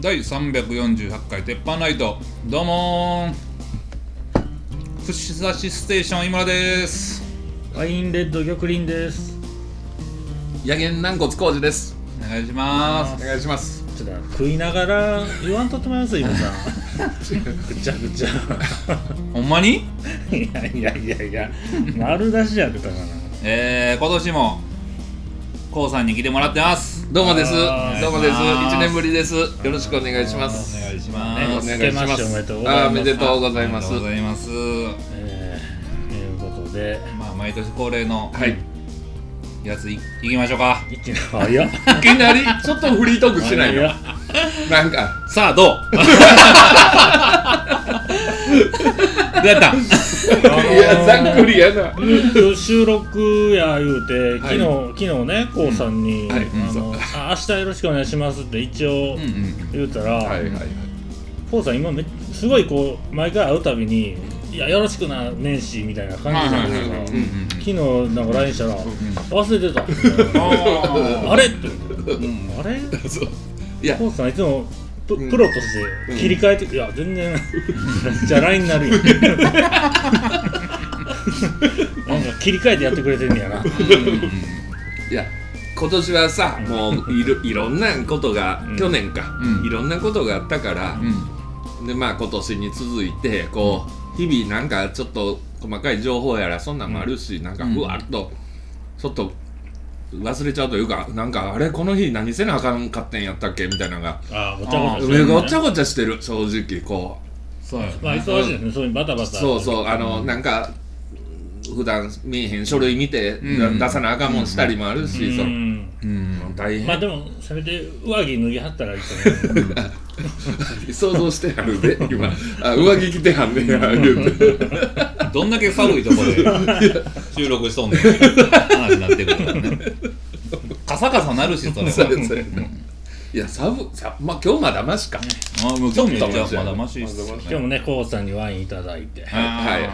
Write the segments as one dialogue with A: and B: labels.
A: 第348回鉄板ライトどうもー串刺しステーション井村です
B: ワインレッド玉林です。
C: 野源軟骨工事です
A: お願いしま
C: お
A: す
C: 願いします
B: ちょっと食いながら言わんとってもらいます今さん。ぐちゃぐちゃ。
A: ほんまに
B: いやいやいやいや、丸出しやったかな。
A: えー、今年もこうさんに来てもらってます
C: どうもですど
B: あー
C: うもです
A: お願いします
C: 一年ぶりですよろしくお願いします
A: お願いし
C: お
A: ま
B: ね
A: す
C: 願いしま
B: 明けましておめでとうご
C: す
B: ざいます
C: あ
A: ありがと
C: ーおめでとうございます
A: うございます
B: えー、ということで、
A: まあ毎年恒例の
C: はい
A: やつい,、いきましょうか
B: 一気に早っ。
C: いきなりちょっとフリートークしてないの
B: 早っ
C: なんか
A: さあどう どうやった
C: いやざっくりやな
B: 今日収録や言うて、昨日、
C: は
B: 昨日ね、こうさんに、
C: はい
B: あの、
C: うん
B: あ明日よろしくお願いしますって一応
A: うんうん
B: 言うたら、
C: はいはいはい
B: こうさん今めすごいこう毎回会うたびに「いやよろしくな年始」みたいな感じなんです
C: はい
B: が
C: はいはい
B: 昨日なんか LINE したら「忘れてた」
A: あ
B: あれ?」って言って「あれ?
C: そういや」
B: こうさんいつもプ
C: うん
B: プロとして切り替えて「いや全然 じゃあ LINE になるよ」 なんか切り替えてやってくれてんねやな。
C: いや今年はさもういろいろんなことが
B: うん
C: 去年か
A: うん
C: いろんなことがあったからでまあ今年に続いてこう日々なんかちょっと細かい情報やらそんなんもあるし、なんか
A: うん
C: ふわっとちょっと忘れちゃうというかなんかあれこの日何せなあかんかってんやったっけみたいなのが
B: あーごちゃごちゃして
C: 上
B: るね
C: がごちゃごちゃしてる正直こ
A: そうや
B: まあ忙しいですね、そういうバタバ
C: う
B: タ。
C: そうそうあのなんか普段見えへん書類見て、
A: うん
C: 出さなあかんもんしたりもある
B: う。
C: し、そうん
A: うん
C: 大変、
B: まあでも、せめて上着脱ぎはったらいいと思う。
C: 想像してはるで今あ上着着てはんねや言うて
A: どんだけ寒いとこで収録しとんねん話になってくるからねカサカサなるしそれ
C: そう
A: は
C: やそうやないや寒さまあ今日まだましか、
A: あもう興味
C: ちょっと
A: じゃあまだマシっすよ
B: 今日もね、コウさんにワインいただいて、
C: はい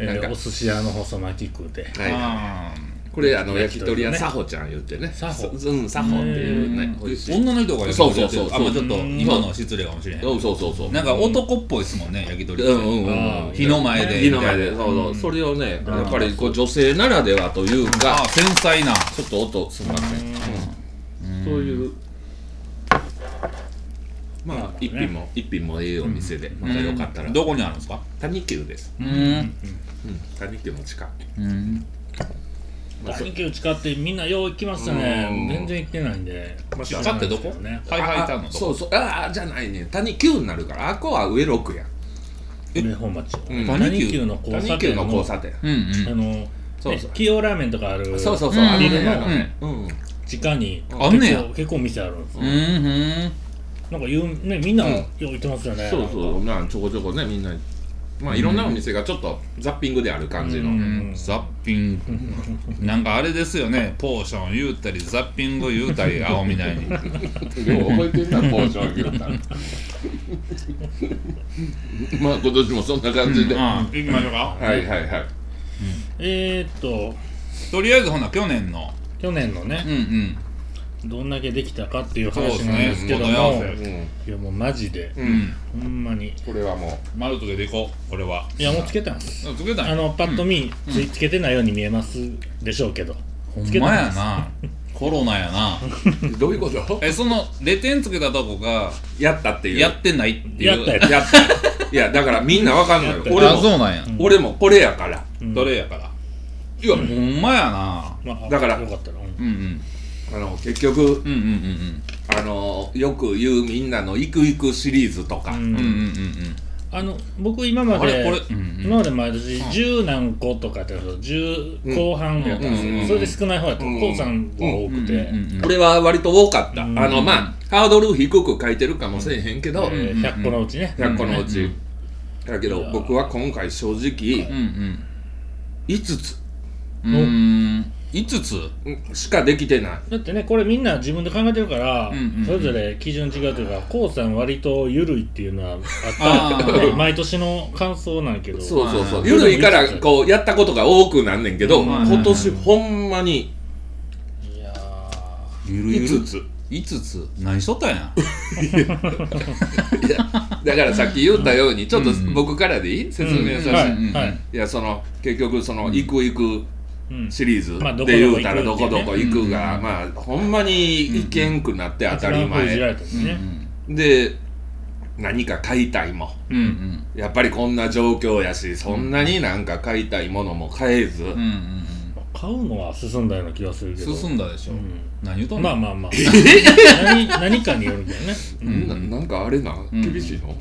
B: えー
C: なんか
B: お寿司屋の細巻き食うて、
C: はいはい
A: あ
C: これあの
B: 焼
C: 焼
B: き
C: き
B: 鳥
C: 鳥
B: 屋
C: 屋
B: ね
C: さほちゃん言ってね
B: さほ
C: そうんさほっていうね美味し
A: ー
C: い
A: 女の人が
C: そうそうそう
A: あまあちょっと今のは失礼かもしれへ
C: そうんそうそうそう
A: なんか男っぽいですもんね焼き鳥
C: うんう
A: って
C: んうん
B: あ
A: 火の前で
C: 火の前で
A: み
C: そ
A: たいうな
C: そう、それをねやっぱりこう女性ならではという
A: あ
C: か
A: 繊細な
C: ちょっと音すみません、うんそういうまあ一品も一品もいいお店でまたよかったら
A: どこにあるんですか
C: 谷久です
A: うん
C: 谷久の近く
A: うん
C: まあそ
B: 兄貴を使ってみんなよう行きましたね
C: うん、
B: 全然行ってないんで、
C: まあ
B: 知らないですけどね
A: ハイハイタウンの
C: あ
A: とこ
C: そうそうああじゃないね谷久になるからあっこは上六や
A: え
B: 上本町、
C: うん
B: 谷久の交差
C: 谷久
B: 点
C: の
B: の
C: 交差点
A: うんうん
B: あの、ね
C: そうそう
B: 企業ラーメンとかある
C: そうそうそう、
A: うん
C: あの
B: ビル
C: ね
B: の
C: あのね、うん
B: 地下に
A: あんねや
B: 結構結構店あるんですよ
A: うんうん
B: なんか有名ね、みんな
C: うん
B: よう行ってますよね。
C: そうそうまあちょこちょこねみんなまあいろんなお店がちょっとザッピングである感じの、
B: うん
A: うんザッピングなんかあれですよねポーション言うたりザッピング言うたり青みたいに
C: よう覚えてんなポーション牛タン まあ今年もそんな感じで、は
A: ああ行きましょうか
C: いはいはい
B: えー、っと、
A: とりあえずほな去年の
B: 去年の
A: うん
B: ね、
A: うん
B: どんだけできたかっていう
A: そうで
B: 話
A: す
B: なんで
A: ね
B: すけど
A: 答
B: も、
A: え合わ
C: う
A: せ
C: ん、
B: いやもうマジで、
C: う
A: うんん
B: ほんまに。
C: これはも
A: 丸つけていこうこれはい
B: や、もうつけたんです。
A: つけたんや
B: あのパッと見ついつけてないように見えますでしょうけど、
A: ほん
B: つけた
A: ま
B: ん
A: や
B: です
A: なコロナやな
C: うどういうこと
A: えその0点つけたとこが
C: やったっていう
A: やってないっていう
B: やったやつ
C: や ったいやだからみんなわかんないよ
B: やった
C: 俺
A: あ
C: も
A: そうなんや
C: 俺もこれやから
B: うん
A: どれやから
C: いや
A: ほんまやな
B: まあ、
C: だから
B: よかったら、うん
A: うんうん
C: あの結
A: う
C: 局
A: んうんうん
C: あのよく言うみんなの「いくいく」シリーズとか、
B: うん
A: うんうんうんうん
B: あの僕今ま
A: あれ
B: で
A: これうんうん
B: 今まで毎年十何個とかやってるんですよ10後半やったんです
C: うんうんうん
B: よそれで少ない方やった
C: うん
B: こうさんが多
A: うんうん
B: く
A: うんう
B: て
A: ん
C: 俺は割と多かった、
B: うん
C: あのまあハードル低く書いてるかもしれへんけど、
B: えー100個のうちね
C: 100個のうち、
A: うん
C: だけど僕は今回正
A: う
C: 直
A: ん
C: 5つ
A: うんうん5つ
C: うんしかできてない
B: だってねこれみんな自分で考えてるから
A: うんうんうん
B: それぞれ基準違うというかこうさん割と緩いっていうのはあ
A: あ
B: った
A: ー
B: ね毎年の感想なんやけど
C: そうそう
A: ま
C: そ
A: あ
C: う緩いからこうやったことが多くなんねんけど
A: まあ
C: 今年ほんまに
B: いやー
A: ゆるゆる
C: 5つ
A: 5つ何しとったんや
C: いやだからさっき言ったようにちょっと
A: うん
C: 僕からでいい説明させて、
B: はい
A: うん
B: はい
C: いやその結局その
A: うん
C: 「行く行く
B: うん」
C: シリーズ
B: まあどこ
C: で言うたら「ど
B: どこ
C: こ
B: 行く
C: ど
B: って
A: い
C: こ
A: うね
C: 行く」が
A: うん
C: まあほんまに行けんくなって当たり
B: 一番封じら
C: 前
B: れたんです
A: うん
B: ね、
C: で何か買いたいも
A: う
C: ん
A: んうん
C: やっぱりこんな状況やしそんなになんか買いたいものも買えず
A: うんうん
B: 買うのは進んだような気がするけ
A: う
B: ど
A: ん進んだでしょ、何言う
B: う
A: とん
B: ん
A: の
B: まあまあまあ 何何かによるけどね、
C: う
B: うん
C: んななんかあれな
A: うん
C: 厳しいの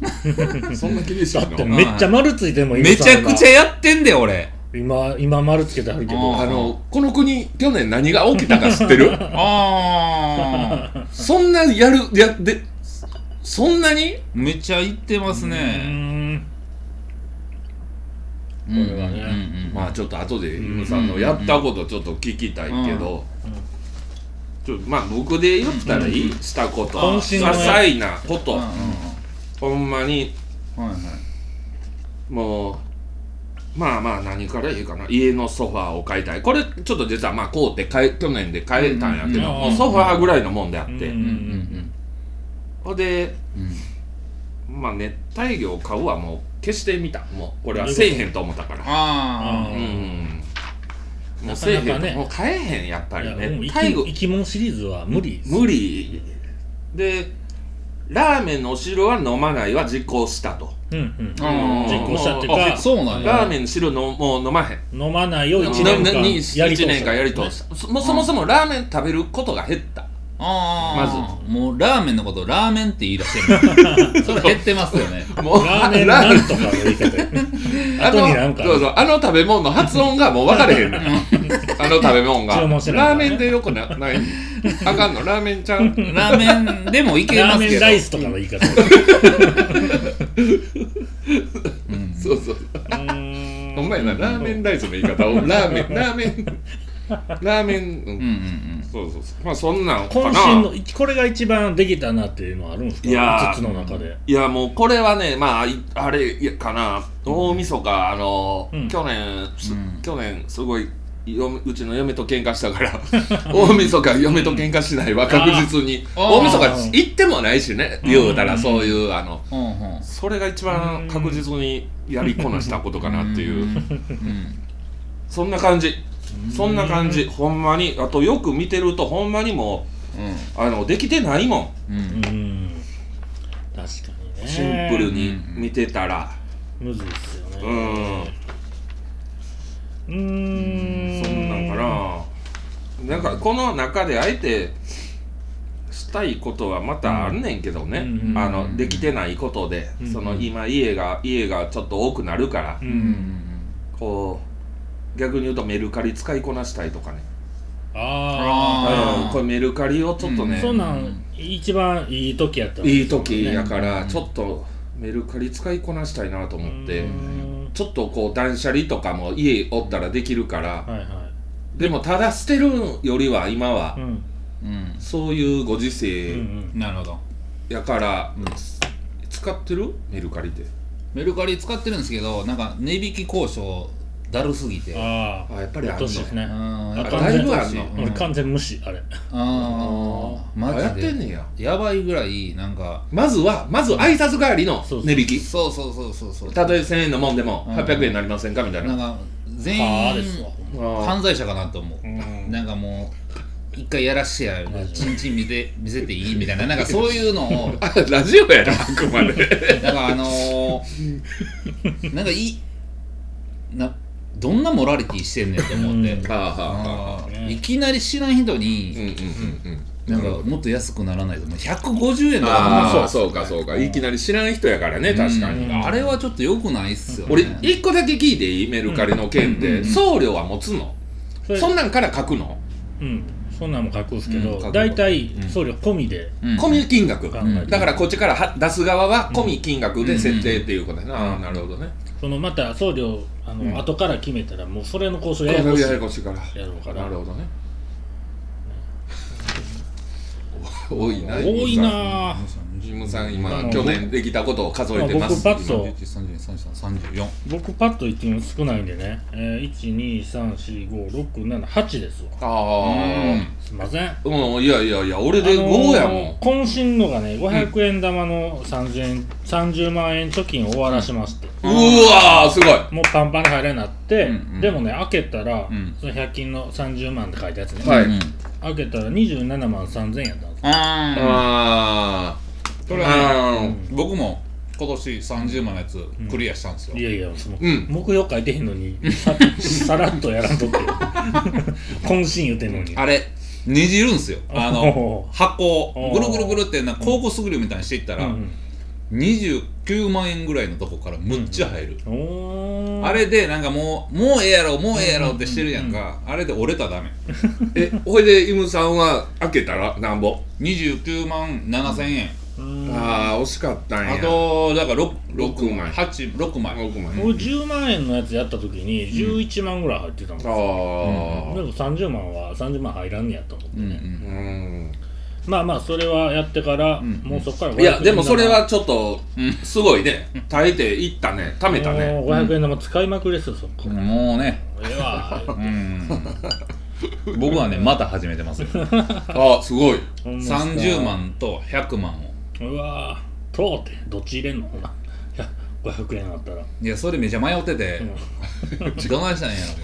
C: そんな厳しい
B: だって
C: の
B: めっちゃ丸ついてんもん
A: めちゃくちゃ
B: ゃ
A: やってんで俺
B: 今今丸つけてあるけ
A: あ
B: ど
C: あのこの国去年何が起きたか知ってる
A: ああ
C: そんなやるやでそんなに
A: めちゃ行ってます
B: う
A: ね
B: ん
A: こ
B: んこれはね
C: まあ
A: あ
C: ちょっと後でイムさんのやったことちょっと聞きたいけど、ちょまあ僕で言ったらいい、したこと
B: 渾身のね
C: 些細なこと、
A: うんうん
C: ほんまに
A: うんはいはい
C: もうまあまあ何からいいかな家のソファーを買いたいこれちょっと実はまあこうって買え去年で買えたんやけ
B: う
C: ど、
B: ん
C: もうソファーぐらいのもんであって、
B: うん
A: うんうん
C: ほんで
A: うんうん
C: まあ熱帯魚を買うはもう消してみたもうこれはせえへんと思ったから
A: あ
C: う
A: あ
C: んもう
B: なか
C: せえ
B: な
C: へ
B: か
C: ん、
B: ね
C: もう買えへんやっぱ
B: い
C: り
B: や
C: ね
B: もう生
C: 最
B: き
C: 後
B: 生き物シリーズは無理
C: 無理でラーメンのお汁は飲まないは実行したと、
B: うんうん
A: あー
B: 実行したっていう
A: あ
B: か
A: そうなん
C: ラー
A: や
C: メンの汁のもう飲まへん
B: 飲まないを1
C: な
B: 年間
C: な
B: や
C: に
B: り通した
C: 一年間やり通したそもうそもそもラーメン食べることが減った
A: ああまずもうラーメンのことラーメンって言い出して るそれ減ってますよね
C: もう
B: ラーメン
C: ラー
B: な
C: メン
B: んとかの言い方 やね
C: あ
B: 後になんか
C: のそうそうあの食べ物の発音がもう分かれへんの あの食べ物が
B: 注文してないか
C: ラー
B: らね
C: メンでよくなないあかんのラーメンちゃう
A: ラーメンでもいけ
B: ラ
A: ま
B: ー
A: す
B: メ
A: け
B: ン
A: ど
B: ライスとかの言い方やね
A: うん
C: そうそう
B: うん
C: ほんまやなラーメンライスの言い方をラーメンラーメンラーメン、うん
A: うんうん
C: そうそうそうまあそんなんか
B: 渾
C: な
B: 身のこれが一番できたなっていうのはあるんですか
C: いやー
B: 5つの中で
C: いやもうこれはねまあいあれかな大晦日あの、
B: うん
C: 去年、す
A: うん
C: 去年すごい嫁うちの嫁と喧嘩したから 大晦日嫁と喧嘩しないわ確実に
A: あー
C: 大晦日行ってもないしね言うた
B: う
C: ら
B: ん
C: そういうあの
A: うんほんほん
C: それが一番確実にやりこなしたことかなっていううんそんな感じそんな感じほんまにあとよく見てるとほんまにもうあのできてないも
A: う
C: ん
A: んうん
B: うん確かにね
C: シンプルに見てたら
B: むずいっすよ
C: う
B: ね
C: ん
B: うーん
C: そんなんかななんかこの中であえてしたいことはまたあんねんけどね、
B: うん
C: あのできてないことで、
B: うん
C: その今家が家がちょっと多くなるから、
B: う
A: うんん
C: こう逆に言うとメルカリ使いこなしたいとかね、
B: あ
A: あー
C: うんこれメルカリをちょっと
A: ー
B: あ
C: ね、
B: そんなん一番いい時やった
C: いい時やから
A: うん
C: ちょっとメルカリ使いこなしたいなと思って、
B: うん
C: ちょっとこう断捨離とかも家おったらできるから、
B: はいは
C: でもただ捨てるよりは今は、
B: いうん
A: うん
C: そういうご時
B: う
C: 世、
A: うん
B: ん
A: なるほど
C: やから、
A: うん
C: 使ってるメルカリで
A: メルカリ使ってるんですけどなんか値引き交渉だるすぎて
B: ああ
C: あやっぱりあん
B: 今
C: の
B: 年です
A: う
B: ね
A: ん
B: あ
A: やっぱ
B: だいぶ
A: 難しい
C: あん
A: う
B: 俺
A: ん
B: 完全無視あれ
A: ああ
C: あや
A: マ
C: っ
A: ジ
C: てん
A: で
C: ねや
A: やばいぐらいなんか
C: まずはまず挨拶代わりの
B: そうそう
C: 値引き
A: そうそうそうそうそう
C: たとえ1000円のもんでも
A: うん
C: 800円になりませんかみたい
A: な
C: なん
A: か全
B: はあ
A: 員
B: ですわ
C: あ
A: 犯罪者かなと思う
B: うん
A: なんかもう一回やらしてや
B: マジで
A: チンチン見て見せていいみたいななんかそういうのを
C: ーあラジオやなあくまで
A: なんかあのー、なんかいいなどんなモラリティしてんねんって思って、
B: うん
C: はあはあはあ
A: あー
B: ね
A: いきなり知らん人
C: うん
A: に、
C: うんうんうん
A: なんかもっと安くならないともう150円と
C: あ
A: か
C: あそ
A: も
C: うそうかそうかいきなり知らん人やからね確かに、
A: うんあれはちょっと良くないっすよね
C: 俺一個だけ聞いていいメルカリの件って、
A: うんうん
C: 送料は持つの、
B: それ
C: そんなんから書くの、
B: うんそんなんも書くんですけ
A: うん
C: 書く
B: ど大体送料込みで
A: うん
C: 込み金額、
B: 考
A: ん
B: えて
C: だからこっちからは出す側は込み金額で設定っていうことやな、
A: うんうん
C: ああなるほどね
B: そのまた送料あの、
A: うん
B: 後から決めたらもうそれの交渉
C: や
B: やや
C: や
B: こ
C: こ
B: しい
C: し
B: や
C: いから
B: ろうから
C: なるほどね多いな
B: 多いなぁ
A: うん
C: ジムさん
B: ま
C: 今
B: あ
C: 去年できたことを数えてます
B: まあ僕パッと
C: 今
A: 34
B: 僕パッと言っても少ないんでね、えー、1234567ですわ
C: あ
B: すいません
C: あうん、いやいやいや俺で5
B: あ
C: やもん、
B: のー渾身のがね500円玉の30円、30万円貯金を終わらしまして、
A: あの
C: うわーすごい
B: もうパンパンに入れなって、
A: うんうん
B: でもね開けたら、
A: うん
B: その100均の30万って書いたやつね、
C: はい
A: うん
B: 開けたら27万3000円やったんです
A: あ
C: あ
A: ー
C: ー
A: これはね
C: あー
A: 僕も今年30万のやつクリアしたんですよ
B: いやいやその、
C: うん
B: 目標書いてへんのにさ さらっとやらんとって 渾身言うてんのに
A: あれねじるんすよあの
B: おー
A: 箱を
B: おー
A: ぐるぐるぐるってなんか広告スグルみたいにしていった
B: う
A: ら
B: ん
A: 29万円ぐらいのとこからむっちゃ入る、
B: うんおー
A: あれでなんかもうもうええやろもうええやろってしてるやんか、あれで折れたらダメ
C: えほいでイムさんは開けたらなんぼ
A: 29万7000円、
B: うん
C: ああ惜しかったんや
A: あとだから 6, 6枚
C: 枚
A: 86枚
C: 奥まで
B: 俺10万円のやつやった時に11万ぐらい入ってたんです
C: あ
B: よ、
C: あ
B: でも30万は30万入らんねやと思って
A: うんう
B: ね、
C: うんん
B: まあまあそれはやってから、
A: ん
B: もうそこから
C: いやでもそれは
B: 貯
C: ちょっとすごいね耐えていったね貯めたね
B: 500円玉使いまくりですよそこ、え
A: もうね
B: えわ
A: うん僕はねまた始めてますよ
C: ああすごい
B: ほんまっすか
A: 30万と100万を
B: うわーとうってどっち入れんのほな500円あったら、
A: いやそれめちゃ迷ってて、どないしたんやろ思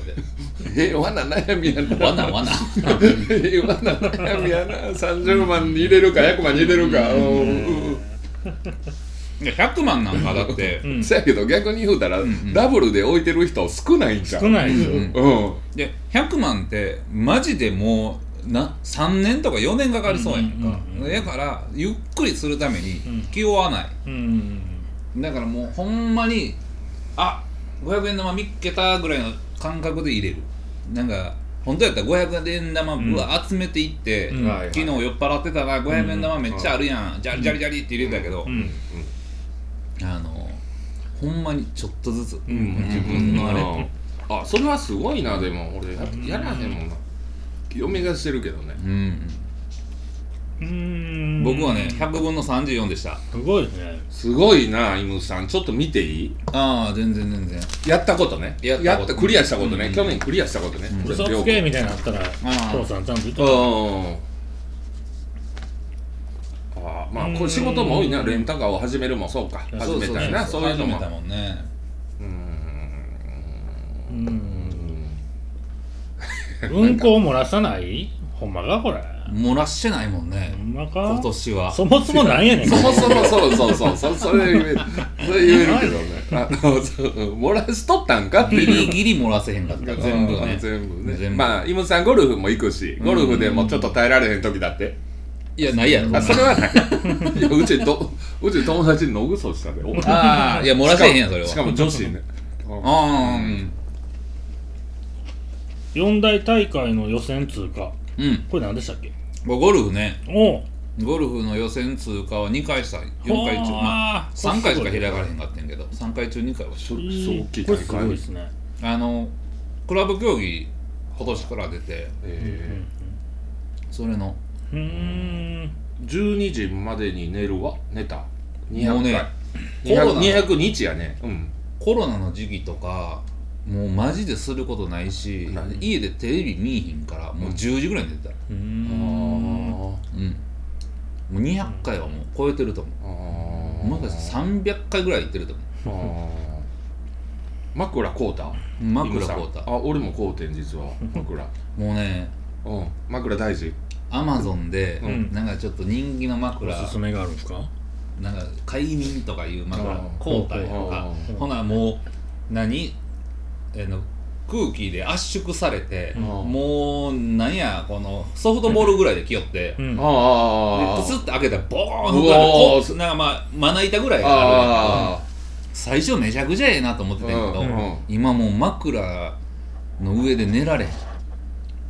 A: って
C: えわな悩みやな
A: わなわな
C: えわな悩みやな30万に入れるか100万に入れるかうん
A: いや100万なんかだ って、
B: うん、
C: そ
B: 少
C: やけど逆に言うたらダブルで置いてる人少ないんちゃう
B: ないですよ、
A: うん
C: うん
A: で100万ってマジでもうな3年とか4年かかりそうやんか、
B: うんうんうん
A: だからゆっくりするために
B: うん
A: 気負わない、
B: うん
A: だからもうほんまにあ500円玉見っけたぐらいの感覚で入れるなんか本当やったら500円玉
B: ん
A: ぶわ集めていって、
B: うん
C: はいはい
A: 昨日酔っ払ってたら500円玉めっちゃあるやん、ジャリジャリジャリって入れてたけど、
B: うん
A: あのほんまにちょっとずつ、
C: うん
A: 自分のあれ、
C: あそれはすごいなでも俺ややらへんもんな嫁がしてるけどね
A: うん
B: うん
A: 僕はね100分の34でした
B: すごいですね
C: すごいなイムさんちょっと見ていい
A: ああ全然全然
C: やったことね
A: や
C: や
A: っ
C: ったた
A: こと
C: クリアしたことね、
A: うん
C: 去年クリアしたことね、これ
B: 嘘
C: 両
B: つ
C: 方
B: けみたいなのあったら
A: ー
B: 父さんちゃんと言っ
C: う
B: とく
C: んあーまあこ
B: う
C: れ
B: ん
C: 仕事も多いなレンタカーを始めるもそうか
B: や
C: 始めたいなそういうの
A: 始め
C: も
A: たもんね
C: うん
B: うん
C: な
B: 運
C: んか
B: 行漏らさないほんまかこれ
A: 漏らしてないもんね
B: ほんまか
A: 今年は
B: そもそもなんやねん
C: そもそもそうそうそうそうそれ言えるそれ言えるけどねあのそう漏らしとったんかって
A: ギ
C: いう
A: リギリ漏らせへんかったから全部ね
C: あ全部ね
A: 全部
C: まあイムさんゴルフも行くしゴルフでもちょっと耐えられへん時だって、
A: いやないやろ
C: あそれはないいやうちとうち友達に野ぐそしたでお
A: ああ いや漏らせへんやんそれは
C: しかも女子ね
A: ああうん
B: 四大大会の予選通過
A: うん
B: これ何でしたっけ
A: 僕ゴルフね
B: おう
A: ゴルフの予選通過は2回した4回中
B: ほー
A: まあ3回しか開
B: こ
A: かれへんかったんやけど3回中2回はし
C: そ
B: れ
C: れ
B: すご
C: そう
B: い
C: 大きい
B: これ
C: 大
B: すごいで
C: 会
B: すね
A: あのクラブ競技今年から出て
C: え
A: それの
B: うーん
C: ー12時までに寝るわ寝た
A: もう
C: 200
A: ね
C: 回
A: コロナ
C: 200 200日やねうん
A: コロナの時期とかもうマジですることないし
C: ない
A: 家でテレビ見いひんからもう10時ぐらいに出てた
B: うーん
C: あー
A: うんもう200回はもう超えてると思う
C: あー
A: もしかしたら300回ぐらい行ってると思
C: あー枕こうた
A: う枕こうた
C: あ俺もこうてん実は枕
A: もうね
C: うん枕大事
A: アマゾンで、
B: ん
A: なんかちょっと人気の
B: お
A: 枕
B: すすめがあるんですか
A: なんか快眠とかいう枕
C: あー
A: 交代とか
C: あ
A: ほなもう何あの空気で圧縮されて、
B: うん
A: もうなんやこのソフトボールぐらいで来よって、
B: う
A: で
B: ん
C: あ
A: プスッと開けたらボーンと
C: うわー
A: こうなんかまあまな板ぐらいある
C: あ
A: 最初めちゃくちゃええなと思ってたんやけど、
C: うんうん
A: 今もう枕の上で寝られへん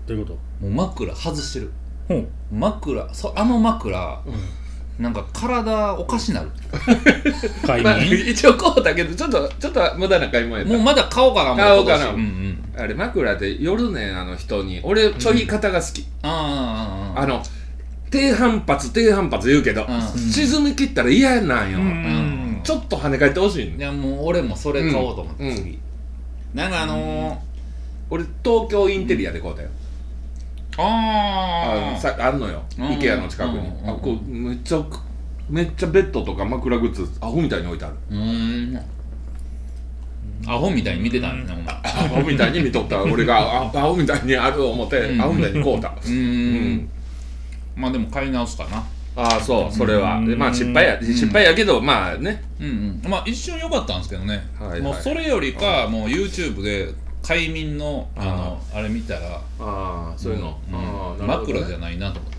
B: どういうこ
A: もう枕外してる
B: とほう
A: 枕そあの枕、なんか体おかしなる
B: 快
C: まあ
B: 眠
C: 一応こうだけどちょっとちょっと無駄な買い物やった
A: もうまだ買おうかな思
C: 買おうかな
A: 今年うんうん
C: あれ枕で夜ねあの人に俺ちょい方が好き、
A: あーあーあー
C: あの低反発低反発言うけど、
A: うん
C: 沈み切ったら嫌なんよ、
B: うん
C: ちょっと跳ね返ってほしい
A: い
C: ね
A: やもう俺もそれ買おうと思って、
C: うん
A: 次なんかあのー、
C: 俺東京インテリアで買うたよ、
A: あ
C: あの
A: ー
C: さあんのよ、
A: うん
C: IKEA の近くに、
A: うん
C: あこうめっちゃめっちゃベッドとか枕グッズアホみたいに置い てある
A: うーんアホみたいに見てたんだねお前
C: アホみたいに見とった俺があアホみたいにある思って、
A: うん
C: アホみたいに買うた
A: うーんまあでも買い直すかな
C: ああそうそれは
B: うん
C: でまあ失敗や失敗やけどまあね
A: うんうんまあ一瞬良かったんですけどね、
C: はいはい
A: もうそれよりかもう YouTube で快眠のあのあれ見たら
C: ああそういうの、
A: うん
C: ああなるほどね
A: 枕じゃないなと思って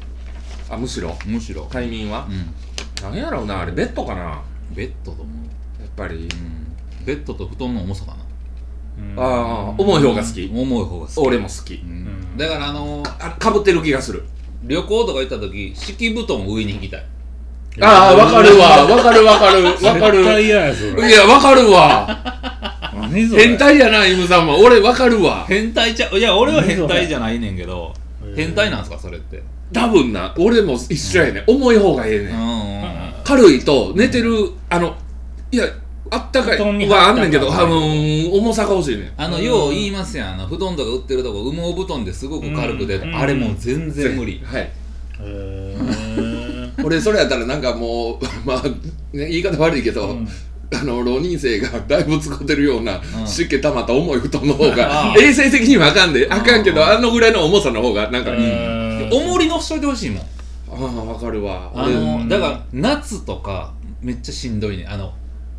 C: あむしろ
A: むしろ、
C: 快眠は
A: う、ん、
C: なん、やろうなあれベッドかなや
A: ベッドと思う、
C: っぱり、
A: うん、ベッドと布団の重さかな
B: うん
C: ああ重い方が好き、
A: 重い方が好き、
C: 俺も好き、
A: うん、だからあのー
C: あかぶってる気がする
A: 旅行とか行った時敷布団上に引きたい
C: ああわかるわわかるわか るわか
B: 絶対
C: る
B: 嫌やそれ
C: いやわかるわ
B: 何それ
C: 変態やなイムさんも俺わかるわ
A: 変態ちゃいや俺は変態じゃないねんけど変態なんすかそれって
C: 多分な俺も一緒やね重い方がええね
A: うんうんうん
C: 軽いと寝てるあのいやあったか
B: 布団に
C: い
B: 入った
C: はあんねんけど
B: 感
C: あ
B: が
C: のー重さが欲しいねん
A: あのよう言いますやんあの布団とか売ってるとこ羽毛布団ですごく軽くて
B: うん
A: あれもう全然無理
C: はい
B: へー
C: 俺それやったらなんかもう まあ、ね、言い方悪いけど、
B: うん
C: あの浪人生が だいぶ使ってるような
A: うん
C: 湿気溜まった重い布団の方
A: あ
C: が
A: ー
C: 衛生的にはあかんであかんけ
A: う
C: どあのぐらいの重さの方がなんか、
B: うん
A: 重りのしといてほしいもん
C: ああわかるわ
A: あ
C: 俺
A: のだから夏とかめっちゃしんどいねんあの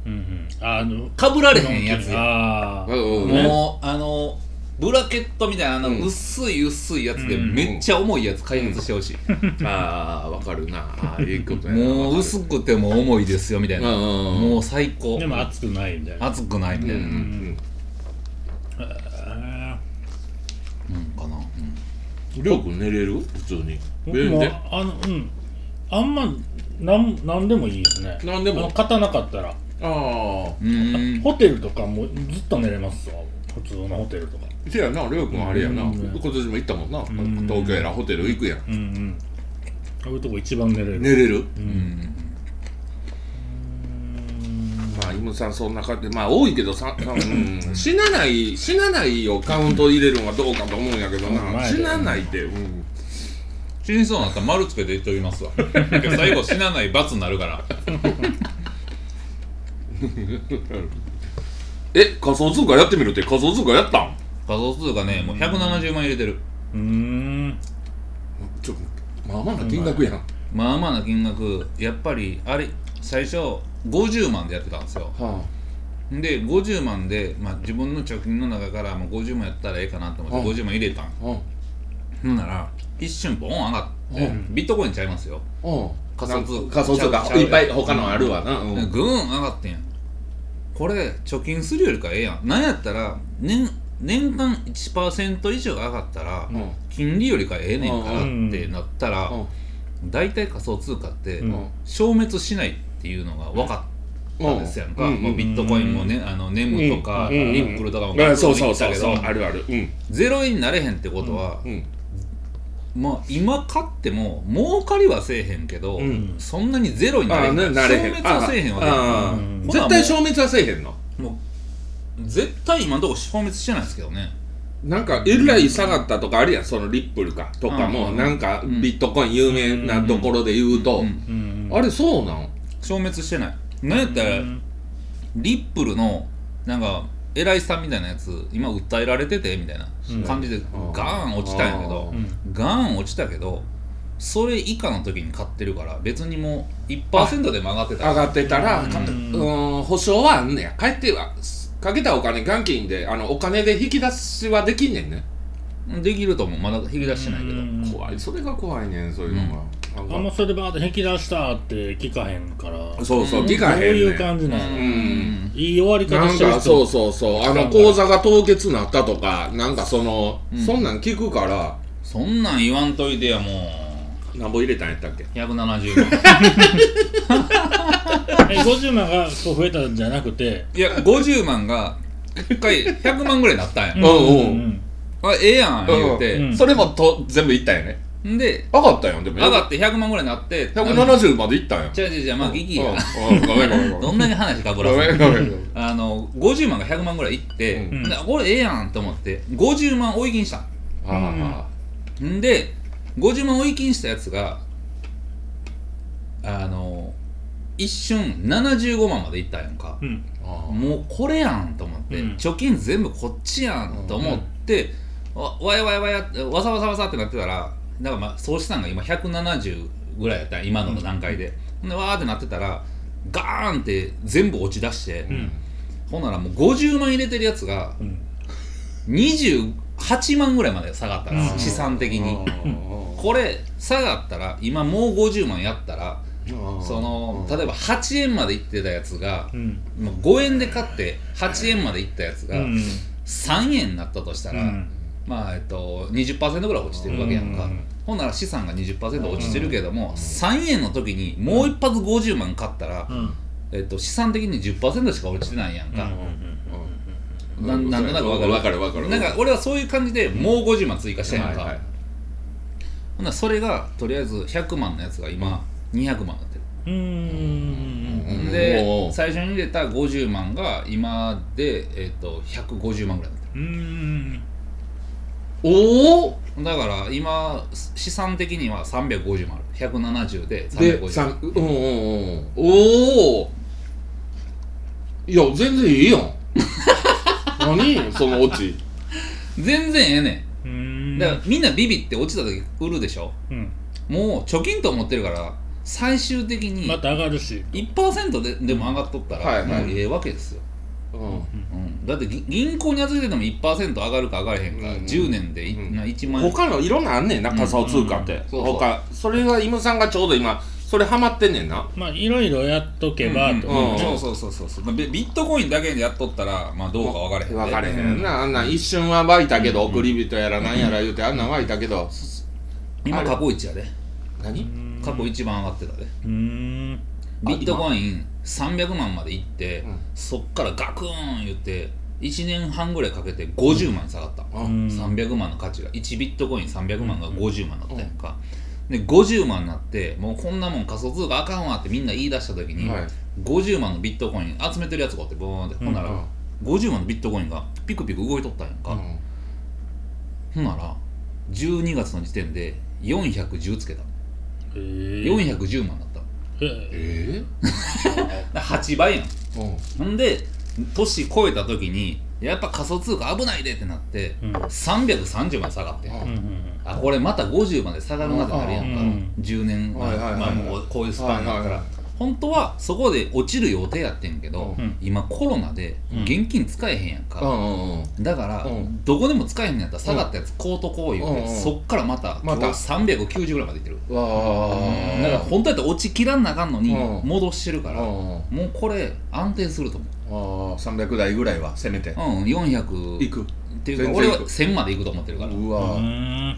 B: うんうんあの
A: かぶられへんやつや
B: あ
C: う
B: ー
C: んうん
A: もうあのブラケットみたいなあの
C: うん
A: 薄い薄いやつで
B: うん
A: めっちゃ重いやつ開発してほしい
C: ああわかるなああいいことやな
A: もう薄くても重いですよみたい
C: うん
A: な
C: うんうん
A: もう最高
B: でも熱くないみたいな
A: 熱くないみ
C: うん
A: た
C: う
A: いな、うん
C: ん
B: あ
A: かな、うん
C: りょうくん寝れる普通に
B: 僕もあのうんあんまなんなんでもいいですね
C: なんでも
B: あの勝たなかったら
C: ああ
A: うーん
B: ホテルとかもずっと寝れますわ普通のホテルとか
C: せやなりょうくんあれやな
B: うん
C: 今年も行ったもんな
B: うん
C: 東京やらホテル行くやん
B: うんうんそういうとこ一番寝れる
C: 寝れ
B: う
C: る
A: うんん
C: まあ、イムさんそんな感じで、まあ多いけどさ、さうん、死なない、死なないをカウント入れるのはどうかと思うんやけど
B: うん
C: な、
B: 前で
C: 死なないって、うん、
A: 死にそうになったら丸つけて言っときますわ最後死なない罰になるから
C: え、仮想通貨やってみるって仮想通貨やったん
A: 仮想通貨ねもう170万入れてる
B: うーん
C: ちょ、まあまあな金額やん。は
A: まあまあな金額やっぱりあれ最初50万でやってたんですよ
C: あ、
A: で50万で、まあ、自分の貯金の中からもう50万やったらええかなと思って
C: う
A: 50
C: ん
A: 万入れたん
C: うん、うん、
A: ほんなら一瞬ボーン上がって、
C: うん
A: ビットコインちゃいますよ仮想通貨
C: 仮想通
A: ちゃうち
C: 貨
A: ゃう
C: いっぱい他のあるわな。うん。
A: ぐ
C: うん
A: ん上がってんやんこれ貯金するよりかええやんなんやったら年年間1%以上上がったら、
C: うん
A: 金利よりかええねんからっ
B: うん
A: てなったら、大体仮想通貨って
B: うん
A: 消滅しないっていうのが分かったんですやんか、
C: うんうん
A: まあビットコインもね、あのネムとか、
C: うんうんうん
A: リップルとかも
C: うんそうそう
A: た
C: そう
A: け
C: そう
A: ど
C: あるあるうん
A: ゼロ円になれへんってことは、
C: うん
A: まあ今買っても儲かりはせえへんけど、
C: うん
A: そんなにゼロにな
C: あ
A: れへ
C: あ
A: ん
C: ねなれへん
A: 消滅はせえへんわけやん
C: ああ
B: うん
C: 絶対消滅はせえへんの
A: もう絶対今のところ消滅してないですけどね
C: なんかえらい下がったとかあるやんそのリップルかとか
A: う
C: も
A: ん
C: なんか
A: ん
C: ビットコイン有名なところで言うと
A: うん
B: うん
C: あれそうなん
A: 消滅してないなんやったら、
B: うん
A: リップルのなんか偉いさんみたいなやつ今訴えられててみたいな
B: うん
A: 感じでガーン落ちたんやけど
C: う
A: ガーン落ちたけどそれ以下の時に買ってるから別にもう1%でも上がってた
C: 上がってたら
B: うん
C: かうん保証はあんねや帰ってはかけたお金元金であのお金で引き出しはできんねんね
A: できると思うまだ引き出してないけど
B: うん
C: 怖いそれが怖いねんそういうのが
B: あ
C: なん
B: ま
C: んか
B: それバーって引き出したって聞かへんから
C: そうそう
A: うん
C: 聞か
B: どう
C: へん
B: いう
C: ねん
B: 感じな
A: う
B: の
A: ん
B: いい終わり
C: な
B: 方
C: ん
B: してる
C: かそう
B: 人
C: そうそうあ
B: な
C: の
B: んか
C: 口座が凍結なったとかなんかその
A: うん
C: そんなん聞くから
A: そんなん言わんといてやも
C: なんぼ入れたんやったっけ
A: う170万
B: え50万がこう増えたんじゃなくて
A: いや50万が1回100万ぐらいになったんや、
C: んうん
A: あええやん言うて、
B: うん
C: それもと全部いったよね
A: んで
C: 上がったやんでも
A: 上がって100万ぐらいになって
C: 170までいったやん
A: 違う違う違うまあギギ
C: うん
A: や
C: うんごめんごめんごめん
A: どんなに話かぶら
C: ご
A: せ
C: め
A: て
C: んごめん
A: あの50万が100万ぐらいいって、
C: うん
A: でこれええやんと思って50万追い金した
C: はあは
A: んで50万追い金したやつがあの一瞬75万までいったやんか、
B: うん
C: ああ
A: もうこれやんと思って、
B: うん
A: 貯金全部こっちやんと思って、わわやわやわやってわさわさわさってなってたらなんかまあ総資産が今170ぐらいやったん今の段階で、ほんでわーってなってたらガーンって全部落ち出して、
B: ん
A: ほんならもう50万入れてるやつが
B: うん
A: 28万ぐらいまで下がったら、
B: うん
A: 資産的に、
C: う
A: これ下がったら今もう50万やったら、
C: んうん
A: その例えば8円までいってたやつが
B: う、ん
A: もう5円で買って8円までいったやつ
B: う
A: が、
B: ん
A: 3円になったとしたら、
B: うん
A: まあえっと20%ぐらい落ちてるわけやんか、
B: うん
A: ほんなら資産が20%落ちてるけども、3円の時にもう一発50万買ったら、
B: うん
A: えっと資産的に10%しか落ちてないやんか、
C: うん
A: ななんとなくわかる
C: わかるわかる
A: なんか俺はそういう感じでもう50万追加したやんか、
C: はいはい
A: ほんならそれがとりあえず100万のやつが今200万になってる
B: うんうん
C: うんおうお
A: で
C: う
A: 最初に入れた50万が今で、えっと150万ぐらいになってる
B: うん
C: おお
A: だから今資産的には350もある170で
C: で
A: 350
C: 三うんうんうんおおいや全然いいやん何そのオチ
A: 全然ええね
B: うん
A: んだからみんなビビって落ちた時売るでしょ
B: うん
A: もう貯金と思ってるから最終的に
B: また上がるし
A: 1%ででも上がっとった
C: は
A: ら
C: いはい
A: もうええわけですよ、
C: うん
A: うん、だってぎ銀行に預けてても1%上がるか上がれへんか、
C: うんうん
A: 10年でい、
C: うん
A: な1万円
C: 他のいろんなあんねんな仮想通貨って、
A: うんうんそうそう
C: 他それがイムさんがちょうど今それハマってんねんな
B: まあいろいろやっとけば
A: うん
B: と
A: うん
C: うん
A: そうそうそうそうそうまあビビットコインだけでやっとったらまあどうか分かれへんで
C: 分かれへんなあんなん一瞬は湧いたけど、送り人やらなんやら言うてあんなん湧いたけど、
A: 今過去一やで
C: 何
A: 過去一番上がってたで
B: うん
A: ビットコイン300万までいって、
C: うん
A: そっからガクーン言って1年半ぐらいかけて50万に下がった、
C: あ
B: うん
A: 300万の価値が1ビットコイン300万が50万だったやんか、で50万になってもうこんなもん仮想通貨あかんわってみんな言い出した時に、
C: はい
A: 50万のビットコイン集めてるやつがおってブーンって、ほんなら50万のビットコインがピクピク動いとったやんか、
C: うん
A: ほんなら12月の時点で410つけた
B: えー
A: 410万だっただか
B: え
C: え
A: ら8倍やん
C: ーうん
A: ほんで年超えた時にやっぱ仮想通貨危ないでってなって、
B: うん
A: 330まで下がってん
C: あ
B: うんうん
A: あこれまた50まで下がるなってなるやんか、
B: うん
A: 10年前、
C: はいはいはい
A: まあもうこういうスパンだ
C: は
A: った
C: いはいは
A: ら
C: い
A: 本当はそこで落ちる予定やってんけど、
C: うん
A: 今コロナで
B: うん
A: 現金使えへんやん
C: う
A: か、
C: んうんうん
A: だから、
C: うん
A: どこでも使えへんのやったら下がったやつこうとこう言うて、
C: うんうん
A: そっからまた
C: また
A: 今日390ぐらいまでいってる、
C: わ
A: だから
C: あ
A: 本当やったら落ちきらんなあかんのに
C: うん
A: 戻してるから、
C: うんうん
A: もうこれ安定すると思う
C: ああ300台ぐらいはせめて
A: うん、400
C: いく
A: っていうか
C: 全然
A: 俺はい
C: く
A: 1000までいくと思ってるから
C: う
B: う
C: わー
B: ん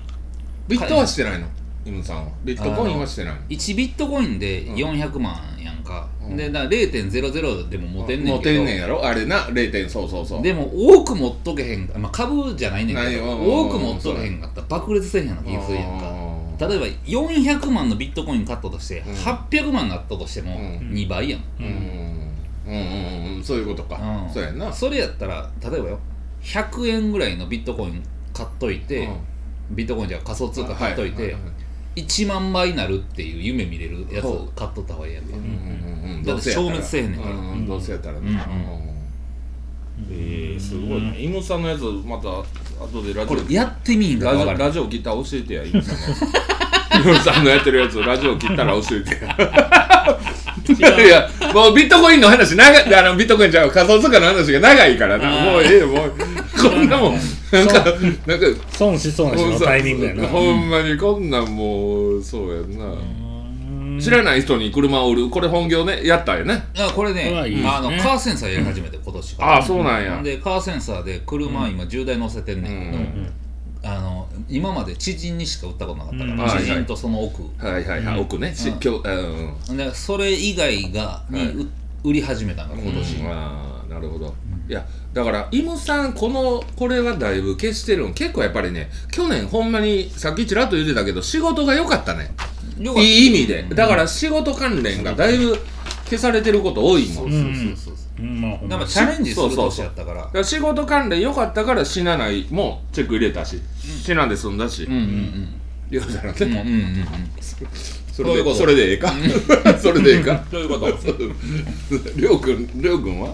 C: ビットはしてないのイムさんはビットコインはしてないの
A: 1ビットコインで
C: うん
A: 400万やんか、
C: うん
A: でだから0.00でも持てんね
C: モ
A: んけど
C: テんねんやろあれな0そうそうそう
A: でも多く持っとけへんか、まあ、株じゃないねん
C: な
A: け
C: い
A: ど
C: よ
A: 多く持っとけへんかったら爆裂せえへんの気がするやんか
C: か
A: 例えば400万のビットコイン買ったとして、
C: うん
A: 800万になったとしても
C: うん
A: 2倍やん、
C: うんうんうんうんそういうことか
A: うん
C: そうやんな
A: それやったら例えばよ100円ぐらいのビットコイン買っといて、ビットコインじゃ仮想通貨買っといて、1万倍になるっていう夢見れるやつを買っとった方がいいやんか、だって消滅せえへんねんから
C: んどうせやったらな
A: うん
C: うんえーすごいなイムさんのやつまた後でラジ
A: こ
C: オ
A: れやってみいんか
C: ラジ
A: 分か
C: オ
A: らん
C: ラジオギター教えてやイ ムさんのイムさんのやってるやつラジオ切ったら教えてやいやいや、もうビットコインの話、長い、あの、ビットコインじゃう仮想通貨の話が長いからな、
A: あー
C: もうええよ、もう、こんなもん、なんか、なんか、
B: 損しそうな人のタイミングやな
C: ほんまにこんなんもう、そうやんな。
B: うん
C: 知らない人に車を売る、これ本業ね、やったんやね。
A: あこれね
B: これはいいですね
A: あのカーセンサーやり始めて今年から
C: ああ、そうなんや。
A: でカーセンサーで車今10台乗せてんねんけど、あの今まで知人にしか売ったことなかったから、
C: う
A: 知
C: ん
A: 人とその奥、
C: はいはいはい、奥ね、
A: う
C: し
A: ん
C: 今日、うん。
A: でそれ以外がに、
C: はいう
A: 売り始めたんから今年、
C: うんああ、なるほど。いやだからイムさんこのこれはだいぶ消してるん結構やっぱりね去年ほんまにさっきちらっと言ってたけど仕事が良かったね
A: よ
C: い
A: かっ
C: い意味でだから仕事関連がだいぶ消されてること多いもん
A: たそ
C: だ
A: うそうそうそう
B: うんまあほん
A: だから
B: まに
A: チャレンジする年やったから
C: から仕事関連良かったから死なないもチェック入れたし死なんで済んだし、
A: うんうん
C: 言うたらね、
A: うんうんうんうんうん
C: そ
A: そういうこと
C: れでええかそれでええか
A: そういうこ
C: そうりょうくんりょうくんは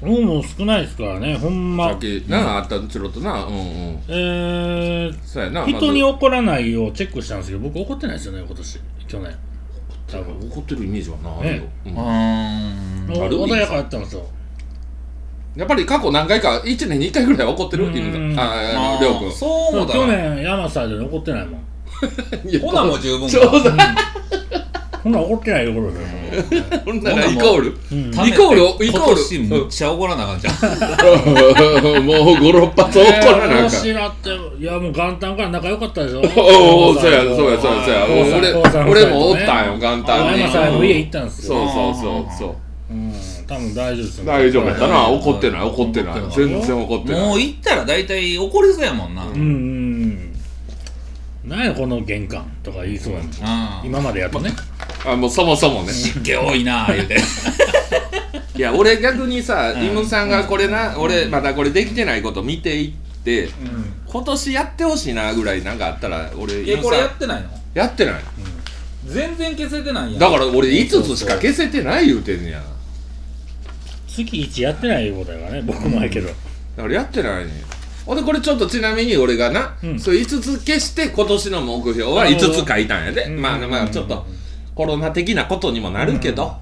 B: 俺も少ないですからねほん
C: さ
B: ま
C: っきなあったちょろっとなうんうん
B: えー、
C: そうやな
B: 人に
C: ま
B: 怒らないようチェックしたんですけど僕怒ってないですよね今年去年多分
C: ず怒ってるイメージはないよ、
B: ね
C: うん
A: あー
B: も
C: ある
B: う穏やかだったんですよ
C: やっぱり過去何回か1年に1回ぐらいは怒ってるっていう
B: う
C: の
B: ん
C: があ
A: あ
C: あ
A: ー
C: りょうくん
A: そう思
B: も
A: う
B: う
A: た
B: 去
A: ら
B: 年山さんで怒ってないもん
C: いや
A: ほなもう十分か
C: そうだ
B: ほんなら怒ってないところだよも
C: ほんな
A: ほ
C: ら
A: なもう
C: イコール
B: ううん
A: ためて
C: イコールイコール
A: 今年むっちゃ怒らなあかんじゃん
C: もう56発怒らな
B: 面
C: あかん
B: 白っていやもう元旦から仲良かったでしょ
C: おうおうそうやそうやそうやそ
B: 高三
C: うや俺
B: 高三
C: 俺もおったんよ元
B: あ
C: 旦に
B: 山さんの家行ったんです
C: そ
B: よ
C: うそうそうそう
B: うん多分大丈夫ですよ
C: 大丈夫やったな
A: うん
C: 怒ってない怒ってない全然怒って
A: も
C: な
A: う
C: い
A: 行ったら大体怒りそうやもんな
B: うんうんうんなんやこの玄関とか言いそうやもん
A: 今
B: 今までやっとね
C: あもうそもそもね
A: 湿気多い なあ言うて
C: いや俺逆にさ
A: ん
C: イムさんがこれな俺まだこれできてないこと見ていって
B: うん
C: 今年やってほしいなぐらいなんかあったら俺イ
A: え
C: ム
A: これ
C: さ
A: や
C: ん
A: ってないの
C: やってない
A: 全然消せてないやん
C: だから俺5つしか消せてない言うてんねや
B: 月1やってないいうことやからね僕もやけど
C: だからやってないねんほんでこれちょっとちなみに俺がな、
B: うん
C: そう5つ消して今年の目標は5つ書いたんやで、
B: うん
C: まあまあちょっとコロナ的なことにもなるけど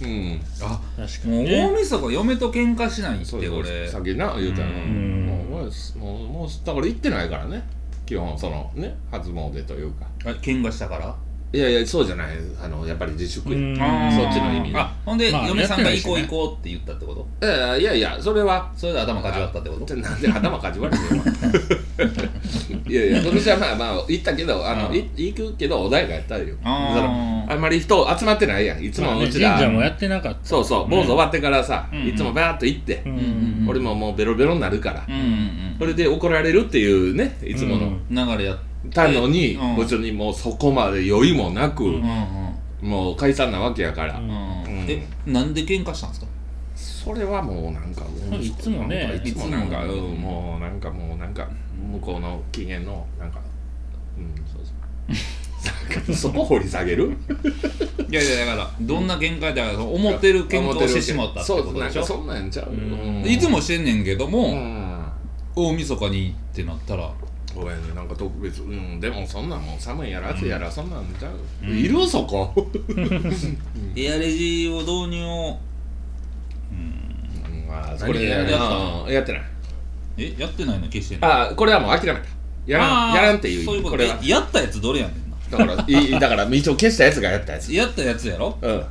C: うん、
A: あ
B: 確か
A: もう
B: に
A: 大
B: ね
A: 晦日嫁と喧嘩しないって
C: そうそう
A: 俺
C: 先な言うたら、
B: ん
C: もうもうもうもうだから行ってないからね基本そのね初詣というか
A: あ喧嘩したから
C: いやいやそうじゃないあのやっぱり自粛、
B: うん
C: い
A: あー
C: そっちの意味ね
A: あほんで、
B: まあ
A: 嫁さんが
B: やってな
A: 行
B: いしね
A: こう行こうって言ったってこと
C: やいやいやいやそれは
A: それで頭かじわったって こと
C: なんで頭かじわるのよ いやいや今年はまあまあ行ったけどあの、
A: うん
C: い行くけど穏やかやったよ
A: あー
C: そのあんまり人集まってないやんいつ
B: まあ
C: も
B: ね
C: うち
B: 神
C: ら、
B: 社もやってなかった
C: そうそう坊主終わってからさ、
A: うん
C: いつもバーッと行って
B: う、
A: うん
B: ん
A: うん
C: 俺ももうベロベロになるから、
A: うんうん
C: それで怒られるっていうねいつもの、
B: うん
A: うん流れやっ
C: たのに、
A: うん
C: 別にもうそこまで酔いもなく、
A: うんうん
C: もう解散なわけやから、
B: うん
A: うん
C: うん
A: えなんで喧嘩したんですか
C: それはもうなんかもう
B: いつもね
C: なんかいつもなんか
A: いつも
C: うんもうなんかもうなんか向こうの機嫌のなんかうんそう そうそこ掘り下げる
A: いやいやだから どんな喧嘩だから思ってる喧嘩をしてしまったってこ
C: そう
A: と
C: な
A: で
C: ん
A: し
C: か
A: ょ
C: そんなんちゃう、
B: うん
A: いつもしてんねんけど
C: う
A: も
C: ん
A: 大晦日にってなったら
C: ごめんねなんか特別うんでもそんなんもう寒いやら暑いやらそんなんちゃう、いるそこ
A: エアレジを導入を
C: うんあー
B: 何
C: これ
B: や
C: や
A: ったの
C: うんやってない
A: えやってないの消してんの
C: あーこれはもう諦めたやら
A: あ
C: ん
A: ー
C: やらんっていう
A: そういうこと
C: れは
A: えやったやつどれやねんな
C: だからいいだから一応消したやつがやったやつ
A: やったやつやろ
C: うん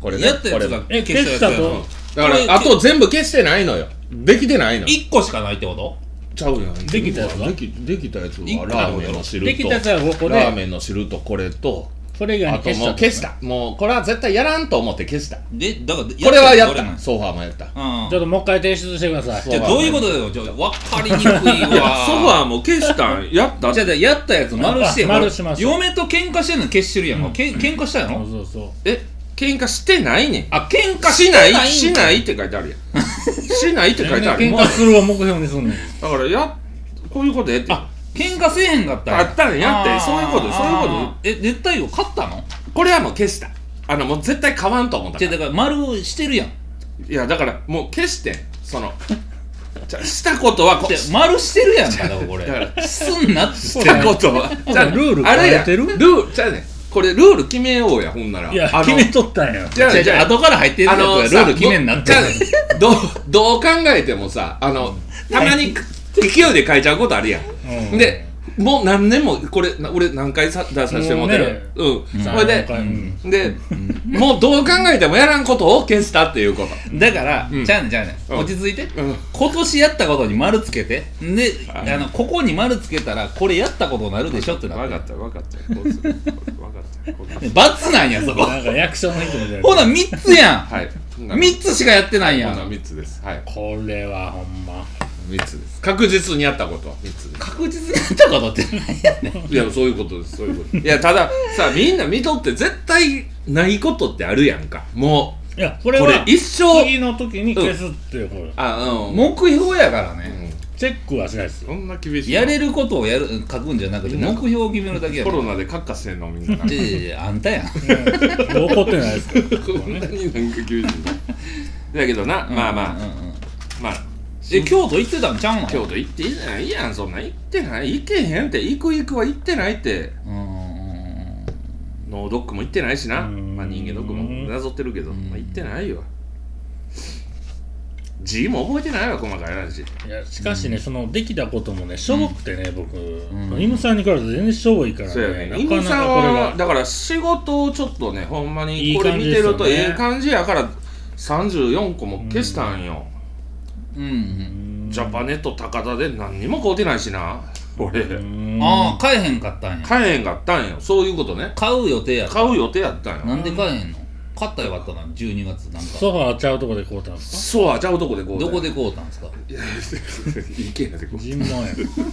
C: これね
A: やったやつが
C: こ
B: え
A: 消したやつや
B: 消
A: ろ
B: し
C: れだからあと全部消してないのよできてないの
A: 1個しかないってこと
C: ちゃうやん
B: できたやつは
C: できできたやつ
A: 一個
C: はラーメンの汁と
B: できたやつはここ
C: ラー
B: で
C: メンの汁とこれと
B: それ以外
C: あ
B: に
C: と
B: 消し
C: もう
B: た
C: 消したもうこれは絶対やらんと思って消したこ
A: でだから
C: れはやっ
A: どれなん
C: たソファーもやった
A: うん
B: ちょっともう一回提出してください
C: そう
A: じゃあどういうことだよじゃあ分かりにくいわ
C: ーも消したんやった
A: じゃあやったやつ丸して
B: あ丸します
A: 嫁と喧嘩してんの消してるやん、
B: うん
A: けん、喧嘩したや
B: そう
A: ろ
B: そうそう
C: え喧嘩してないねん
A: あ喧嘩
C: し
A: して
C: な
A: ないいんだ
C: しないって書いてあるやんしないって書いてある
B: 喧
C: もう
B: 嘩するは目標にすんねん
C: だからやこういうことやって
A: あ喧嘩せえへんかったん
C: あったんやって
A: あー
C: そういうことそういうこと
A: あーえ熱帯魚買ったの
C: これはもう消したあのもう絶対買わんと思った
A: じ
C: か
A: ゃあ
C: ら
A: だから丸をしてるやん
C: いやだからもう消してんその じゃあしたことはこ
A: じゃ
C: し
A: あ丸してるやんかだからこ
C: だか
A: れすんなって
C: たことは
B: う
C: じゃあ
B: ルール
C: あれ
B: 変
C: や
B: えてる
C: ルールじゃあねこれルール決めようやほんなら
B: いや
C: あの
B: 決めとったんや
C: じゃあ
A: じゃあ
C: じ
A: じゃ
C: ゃ
A: あ
C: あ
A: 後から入ってるやつがルール決めんなって
C: さどじゃあどうどう考えてもさあのたまに勢いで変えちゃうことあるやん
B: うん
C: でもう何年もこれな俺何回さ出させてもらってる
B: もうね
C: うん
B: さあ
C: それで
B: もう一回うん
C: で、もうどう考えてもやらんことを消したっていうこと
A: だから、
C: うん
A: じゃあねじゃあね、
C: うん
A: 落ち着いて、
C: うん
A: 今年やったことに丸つけてで、
C: はい
A: あのここに丸つけたらこれやったことになるでしょってな
C: 分
A: っ
C: か
A: て
C: った分かったこうする分かったこうす
A: で
C: る
A: 罰なんやそ こ
B: なんか役所の人みたいな
A: ほな3つや
C: はい
A: ん3つしかやってないや
C: ほなん3つですはい
B: これはほんま
C: 3つです確実にやったことは3つです
A: 確実にやったことってないやねん
C: いやそういうことですそういうことですいやたださあみんな見とって絶対ないことってあるやんかも
B: いやこ
C: う
B: れ
C: これ
B: は
C: 一生
B: 次の時に消すっていうこと
C: あうん
A: 目標やからね、
C: う
B: チェックはしないです
C: んそんな厳しい
A: やれることをやる書くんじゃなくて
C: みんな
A: 目標を決めるだけや
C: コ
A: から
C: ロナでカッカしてんのみん な
A: いやいやいやあんたやん
B: 怒ってないですからこ
C: こ
B: こ
C: んな
B: ね
C: になんか厳しい だけどな、まあま
A: うん
C: あ、
A: うんうん
C: まあ
A: え京都行ってたんちゃうの
C: 京都行っていいじゃないやんそんなん行ってない行けへんって行く行くは行ってないって
A: うんうん
C: 脳ドックも行ってないしな
B: うん
C: まあ人間ドックもなぞってるけど、
A: うん
C: まあ、行ってないよ字も覚えてないわ細かい話
B: いやしかしね、そのできたこともねしょぼくてね、僕、
A: ん
B: イムさんに比べて全然しょぼいから
C: そうや
B: ね
C: ね
B: なか
C: 犬
B: な
C: さん
B: かこれ
C: は
B: が
C: だから仕事をちょっとねほんま
B: い
C: に
B: い
C: これ
B: 感
C: 見
B: じで
C: て
B: すよね
C: るとええ感じやから34個も消したんよ、
A: うんうん
C: ジャパネット高田で何にも買うてないしな俺
B: うん
A: ああ買えへんかったんや
C: 買えへんかったんよそういうことね
A: 買う予定やった
C: 買う予定やったん
A: な
C: よ
A: んで買えへんの買ったらよかったな12月なんか
B: ソファーちゃうとこで買うたんですか
C: そうはちゃうとこでこう
A: どこで買うたんですか
C: いやいやいけへんやでこう
B: 尋問や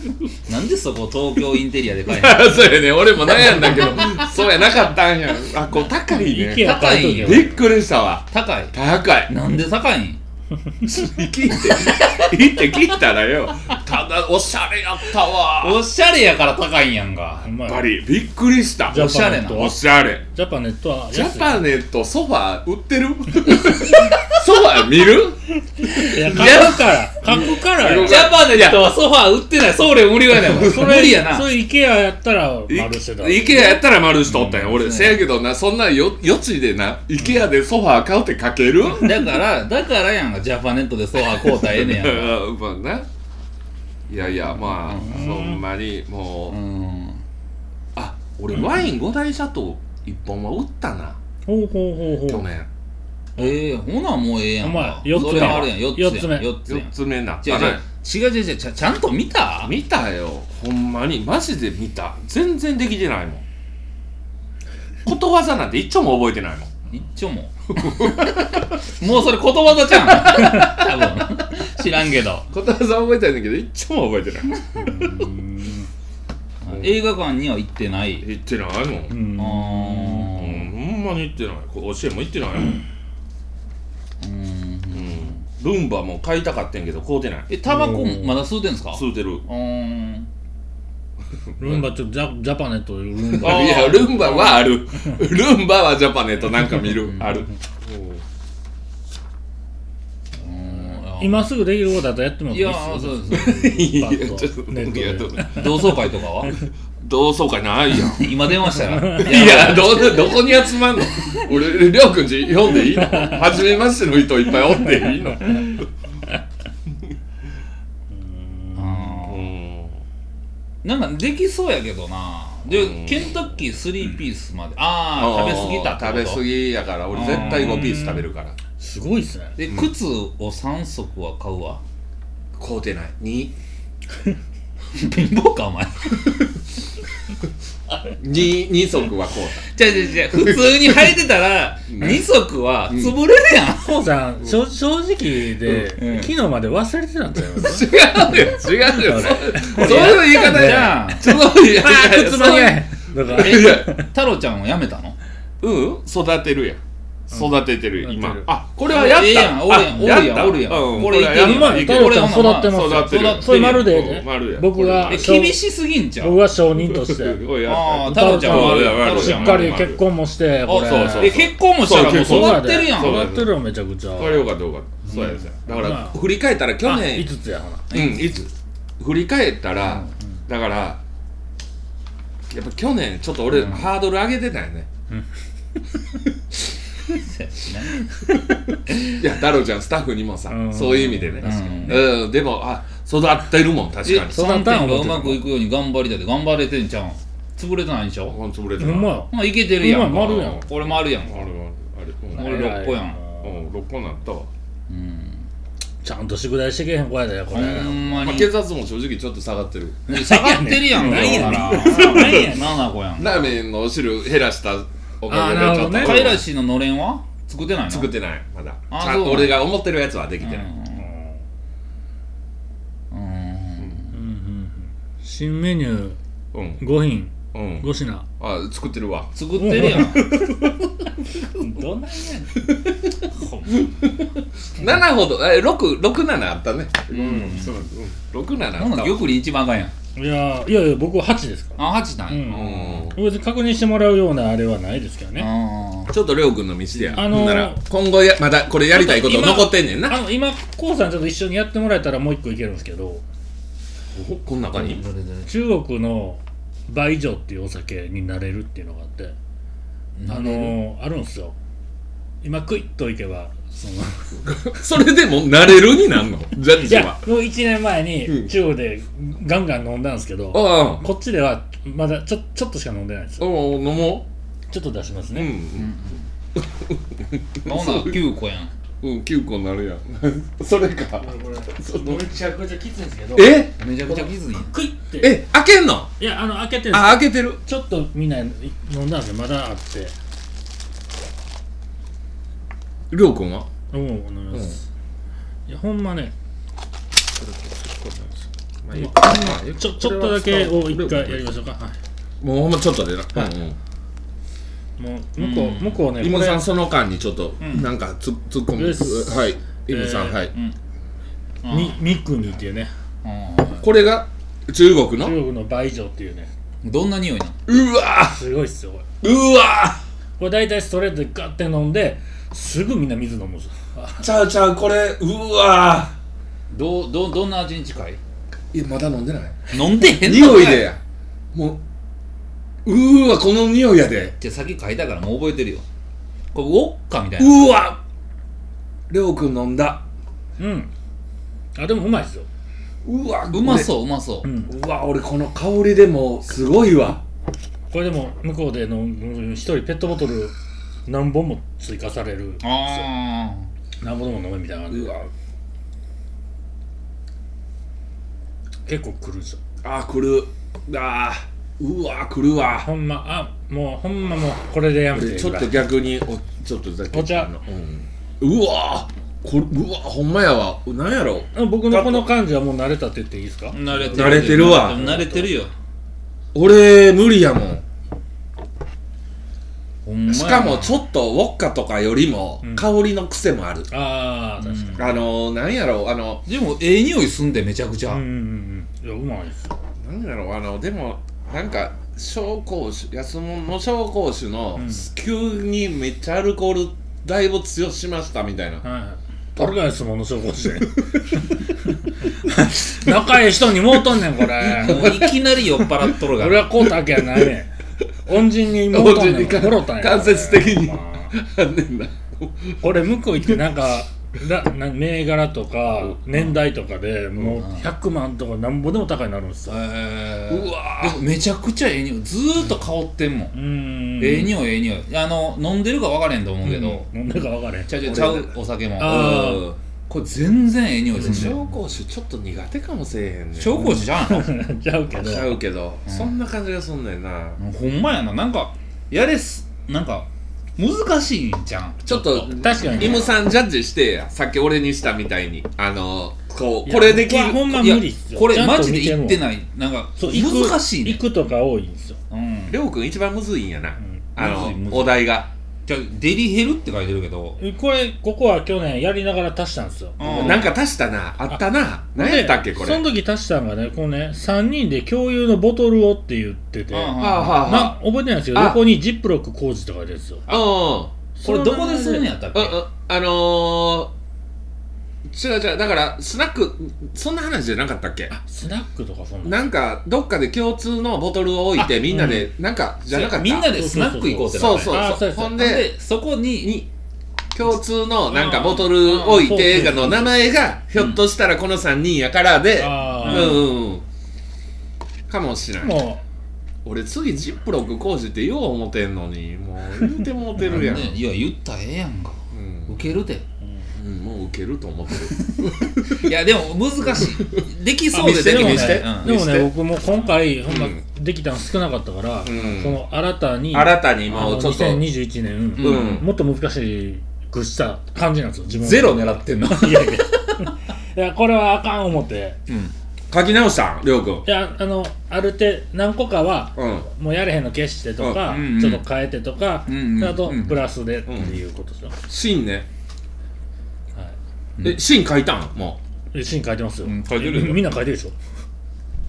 A: なんでそこ東京インテリアで買えへんの
C: あそうやね俺も悩んだけどそうやなかったんやあこう高い
B: イ
C: ね
B: ケア買うときは
C: びっくりしたわ
A: 高い
C: 高い
A: なんで高いん
C: 聞いて聞いて聞いたらよただおしゃれやったわ
A: おしゃれやから高いんやんか
B: ほんま
C: やっ
B: や
C: ぱりびっくりした
B: ジ
A: おしゃ
B: ャパ
A: れ
B: ネ
A: な
B: ット
C: お
B: は
C: しゃれ
B: ジャパネットは安い
C: ジャパネットソファー売ってる ソファー見る
B: いや買うから書くから
C: い
B: よ
C: や
A: ジャパネットはソファー売ってない送料無料やねんもん
B: そ
A: 無
B: れ
A: 理やな
B: それイケアやったら丸
C: い
B: してた
C: イケアやったら丸しとったんや、俺
A: そう
C: せ
A: や
C: やけどなそんなよ余地でなイケアでソファー買うって書ける
A: だからだからやんかジャパネットでソファー買うたらええねやんか
C: まあないやいやまあ、ほんまにもう、
A: うん
C: あ俺ワイン五大シャトー1本は売ったな、
B: ほうほうほう
C: 去
B: ほう
C: 年
A: ええほなもうええやん
B: お前
A: か
B: 四つだ
A: それもあるやん
B: 四つ目
A: 4つやん
C: 4つ目なった
A: 違う
C: な
A: 違う違う違う違うちゃちゃんと見た
C: 見たよほんまにマジで見た全然できてないもんことわざなんて一丁も覚えてないもん
A: 一丁ももう それことわざちゃうん多分知らんけど
C: ことわざ覚えてないんだけど一丁も覚えてない
A: 映画館には行ってない
C: 言ってないもん、
B: う
C: うん
B: ん
A: あー
C: ほんまに言ってない甲子園も行ってないも
A: う
C: ん、
A: ん
C: うん、ルンバも買いたかってんけど買うてない
A: えタバコまだ吸うてんすか
C: 吸うてる
A: うーん
B: ルンバちょっとジャジャパネットルン
A: あ
B: バ
A: ー
C: いやルンバはあるルンバはジャパネットなんか見るある
A: うーん
B: 今すぐできることだとやってもいい
A: い
B: っすよ
A: やーそうです
C: いや
B: パッ
C: ちょっと
B: ネット
C: いやど
B: で
A: 同窓会とかは
C: 同窓会ないやん
A: 今電話したら
C: いや、ど、どこに集まんの俺、りょうくんち読んでいいの初めましての人いっぱいおっていいの
A: あーなんかできそうやけどな
C: う
A: で
C: ん
A: ケンタッキー3ピースまであ
C: あ
A: あ
C: ー
A: 食べ過ぎたってこと
C: 食べ過ぎやから、俺絶対5ピース食べるから。
B: すごいっすね
A: で靴を3足は買うわ
C: 買うてない。2。
A: 貧乏かお前
C: 2、二足は買う
A: じゃじゃじゃ普通に履いてたら2足は潰れるやん
B: コウさん正正直で
A: うんうん
B: 昨日まで忘れてたんちゃい ます
C: た。違うよ、違うよ。そそういう言い方や。
A: ゃん
C: すごいや。
B: あー靴間に合えだから
C: いや、
A: 太郎ちゃんはやめたの
C: うん、育てるやん。育ててるよ、今
B: 育てる。
C: あ、これはやった。
A: ええやんおるやん
C: あ
A: おるやん
C: った
A: おるやん
C: うん
A: こ
C: こ
A: れ
C: れ
A: いけるやん
C: や
B: 今
C: ん。
B: の
C: いけ
B: 太郎
C: る
B: ちゃん育ってます
C: 育
B: よ
C: てるよ。
B: それ丸でええ
C: うん
B: で
C: 丸や
B: 僕が
A: え
B: そう
A: 厳しすぎんちゃう
B: 僕が証人として
C: おいや
A: あー
C: った
A: 太郎ちゃんは悪い
C: そう
A: 太郎
B: し
A: ちゃん
B: っ
A: は
B: か
A: 悪い
B: り結婚もしてこれ
C: そうそう
A: え結婚もしたらもう
C: そう
A: 育ってるやん
C: そう
B: 育ってるよめちゃくちゃ
C: これよかったよかったそうやですよだか
B: ま
C: ら
B: あ
C: 振り返ったら去
B: あ
C: 年
B: 5つやほな
C: うんいつ振り返ったらだからやっぱ去年ちょっと俺ハードル上げてたよねいや太郎ちゃんスタッフにもさ
B: うん
C: そういう意味でね
A: 確かに
C: うんでもあ育ってるもん確かに
A: え三点がうまくいくように頑張りたいって頑張れてんちゃうん潰れてないんでしょ
C: ほん潰れて
B: ほんま
C: る
B: や
A: まあいけてるやん
B: うまい丸やん
A: これ丸やん
C: あれは
B: な
A: 俺六個やん
C: うん6個になったわ、
A: うん
B: ちゃんと宿題してけへん子やでこ
A: ほ
B: れ
A: んま
C: まあ、
A: に
C: 血圧も正直ちょっと下がってる
A: 下がってるやん
B: な
A: か
B: んやね ん
A: なん
B: やねん
A: 7個やん
C: ラーメンのお汁減らしたお
B: あ
C: か
B: ー
C: げ
B: な
C: で
B: る
C: ち
B: ほど
C: ょっ
B: ね
C: と
A: カイラシののれんは作ってないの
C: 作ってないまだ
A: あー
C: ちゃん
A: そう
C: と
A: なん
C: 俺が思ってるやつはできて
A: う
C: ない、
A: んうん
B: うんうんうん新メニュ
C: うん
B: ー5品
C: うん
B: 5品
C: あ作ってるわ
A: 作って るやん
B: どんなんや
C: 7ほどえ667あったねうん、そううん、67あ
A: なん
C: っ
A: だ
C: たわ
A: 玉林一番あかんやん
B: ねんいやいやいや僕は8ですから
A: あ八なん
B: う
A: や
C: うんん
B: 別に確認してもらうようなあれはないですけどね
A: あ
C: ちょっとりょうくんの道でや、
B: あのー
C: なら今後やまだこれやりたいこと
B: ちょっと今
C: 残ってんねんな
B: あの今こうさんちょっと一緒にやってもらえたらもう一個いけるんですけど
C: おこん中
A: あ
C: に
A: どれどれ
B: 中国の倍上っていうお酒になれるっていうのがあってあのあるんですよ今クイッといけばその
C: それでも慣れるになんのジャッ
B: い
C: ジ
B: や
C: は
B: もう1年前
C: う
B: に
C: ん
B: 中国でガンガン飲んだんですけど、
C: あ
B: こっちではまだちょちょっとしか飲んでないんです
C: あ
B: よ
C: おお飲も
B: ちょっと出します
C: うう
B: ね、
C: ん
A: ほな九個やん
C: うん9個になるやん それか
B: これ
C: その
B: めちゃくちゃきついんですけど
C: え
A: めちゃくちゃ気づいやん
B: クイッて
C: え開けんの
B: いやあの開けてるんです
C: あ開けてる
B: ちょっとみんない飲んだんですよまだあって
C: りょうくんは
B: うん飲みます、いやほんまね
C: ま
B: いい
C: あ
B: ちょちょっとだけを一回やりましょうか、は
C: もうほんまちょっとでな、
B: はい
C: うんうん
B: い、もう向こう、向こうね
C: イム
B: これ
C: さんその間にちょっと
A: うん
C: なんかつ突っ込
B: よし
C: むはいイムさ
B: え
C: ん
B: ー
C: はい
A: うんあ
B: みミクニっていうね
A: あ
C: これが中国の
B: 中国の倍上っていうね
A: どんな匂いなの
C: うわ
B: すごいっすよこれ
C: ーうわ
B: これ大体ストレートでガッて飲んですぐみんな水飲むんですよ
C: ーちゃうちゃうこれうわ
A: どうどうどんな味に近い
C: ーいやまだ飲んでない
A: 飲んでへんの
C: 匂
A: か
C: いでもううーわこの匂いやで
A: じゃあ先書いたからもう覚えてるよこれウォッカみたいな
C: うわりょうくん飲んだ
B: うんあでもうまいですよ
C: うわ
A: うまそううまそううん
C: うわ俺この香りでもすごいわ
B: これでも向こうで飲む一人ペットボトル何本も追加される
A: ああ
B: 何本でも飲むみたいな感じ
C: う
B: で
C: わ
B: 結構くるんですよ
C: あーくるあーうわーくるわ
B: ほんまあもうほんまもうこれでやめて
C: ちょっと逆におちょっとだけ
B: お茶
C: あのうんうわーこれうわほんまやわなんやろ
B: あ僕のこの感じはもう慣れたって言っていいですか
A: 慣れてる
C: 慣れてるわ
A: 慣れてるよ
C: 俺無理やもん
A: ほんまやな
C: しかもちょっとウォッカとかよりも
B: うん
C: 香りの癖もある、
B: ああ確かに
C: あのー、なんやろあの
A: でもええ匂いすんでめちゃくちゃ、
B: うんうんうんいやうまいですよ
C: なんだろうあのでもなんか紹興酒安物の紹興酒の、
B: うん
C: 急にめっちゃアルコールだいぶ強しましたみたい な
B: はい俺がですもの証拠して仲いい人にもうとんねんこれ
A: もういきなり酔っ払っとるが
B: 俺はこうたけやないねん恩人にもうとんね
C: 恩
B: ん
C: 人に
B: もろたんや
C: 間接的に
B: ほんま
C: あんねんな
B: 俺向こう行ってな んかだな銘柄とか年代とかでもう
A: うん
B: 100万とかなんぼでも高いなるんですよ
A: えー
C: うわ
A: でもめちゃくちゃええ匂いずーっと香ってんもん、
B: うーん
A: ええ匂いええ匂いあの飲んでるか分からへんと思うけど、
B: うん飲んだか分からへん
A: ちゃうちゃう
C: 俺
A: ちゃうお酒も
B: あー
C: うん
A: これ全然ええ匂いする
C: 紹興酒ちょっと苦手かもせえへんねん
A: 紹興酒じゃんの
B: ちゃうけど
C: ちゃうけど、そんな感じがすんねんな
A: ほんまやななんかやれすなんか難しいんじゃん
C: ちょっと
B: 確かに
C: イムさんジャッジしてやさっき俺にしたみたいにあのこ
B: いうや
C: これでき
B: 僕はほんま
C: る
A: いや
B: 無理っすよ
A: こ
B: ちゃ
A: れ
B: んと
A: マジで
B: 見てる
A: 言
B: もん
A: ってないなんか
B: そう行く
A: 難しいね
B: 行くとか多いんですよ
A: うん
C: りょうくん一番むずいんやな、
B: ん
C: あ
A: む
C: の
A: ずいむずい
C: お題が
A: じゃあデリヘルって書いてるけど
B: これここは去年やりながら足したんですよ
A: うん
C: なんか足したなあったな何やったっけこれ
B: その時足したんがねこのね3人で共有のボトルをって言ってて、
A: うんうん
B: な
C: はあはあはあ
B: 覚えてないんですけど
C: あ
B: 横にジップロック工事って書いてるんですよ
C: うん
A: これどこでするん
B: ね
A: やったっ
C: う
A: け
C: んうんあのー、違う違うだからスナックそんな話じゃなかったっけ
B: スナックとかそんな
C: なんかどっかで共通のボトルを置いてみんなで、なんかじゃなかった
A: みんなでスナック行こうってな
C: そ
A: っ
C: う
A: て
C: そう
B: あ
C: そ
B: そううそう
C: ほん
A: で
C: で
A: そこに
C: に共通のなんかボトル置いて映画の名前がひょっとしたらこの3人やからで
B: あ
C: う
B: ー
C: んうんうんかもしれない
B: も
C: 俺次ジップロック工事ってよう思てんのにもう言うてもうてるやん、
A: ねいや言ったらええやんか
C: うん
A: 受ける で
C: うんもうウケると思ってる
A: いやでも難しいできそうでで
B: で
A: き
B: も
A: ない
B: ね
C: 見せて
A: うん
B: でも
C: 見せ
B: ね
C: て
B: 僕も今回ほんま
C: うん
B: できたの少なかったから、
C: ん
B: この新たに
C: 新たに
B: あ
C: 今
B: の
C: ちょっと
B: 2021年、
C: うん、
B: もっと難しくした感じなんですよ自分は
A: ゼロ狙ってんの
B: いやいや いやこれはあかん思って
A: うん
C: 書き直したんりょうくん
B: いやあのある程度何個かは
C: うん
B: もうやれへんの消してとか、
A: うんうん
B: ちょっと変えてとか、
A: うんうん
B: あと
A: うん
B: プラスでっていうことですよ、
C: 芯ね
B: はい
A: うん
C: え芯書いたんも
B: えシーン書いてますよ、
A: うん書いてるよ
B: みみんな書いてるでしょ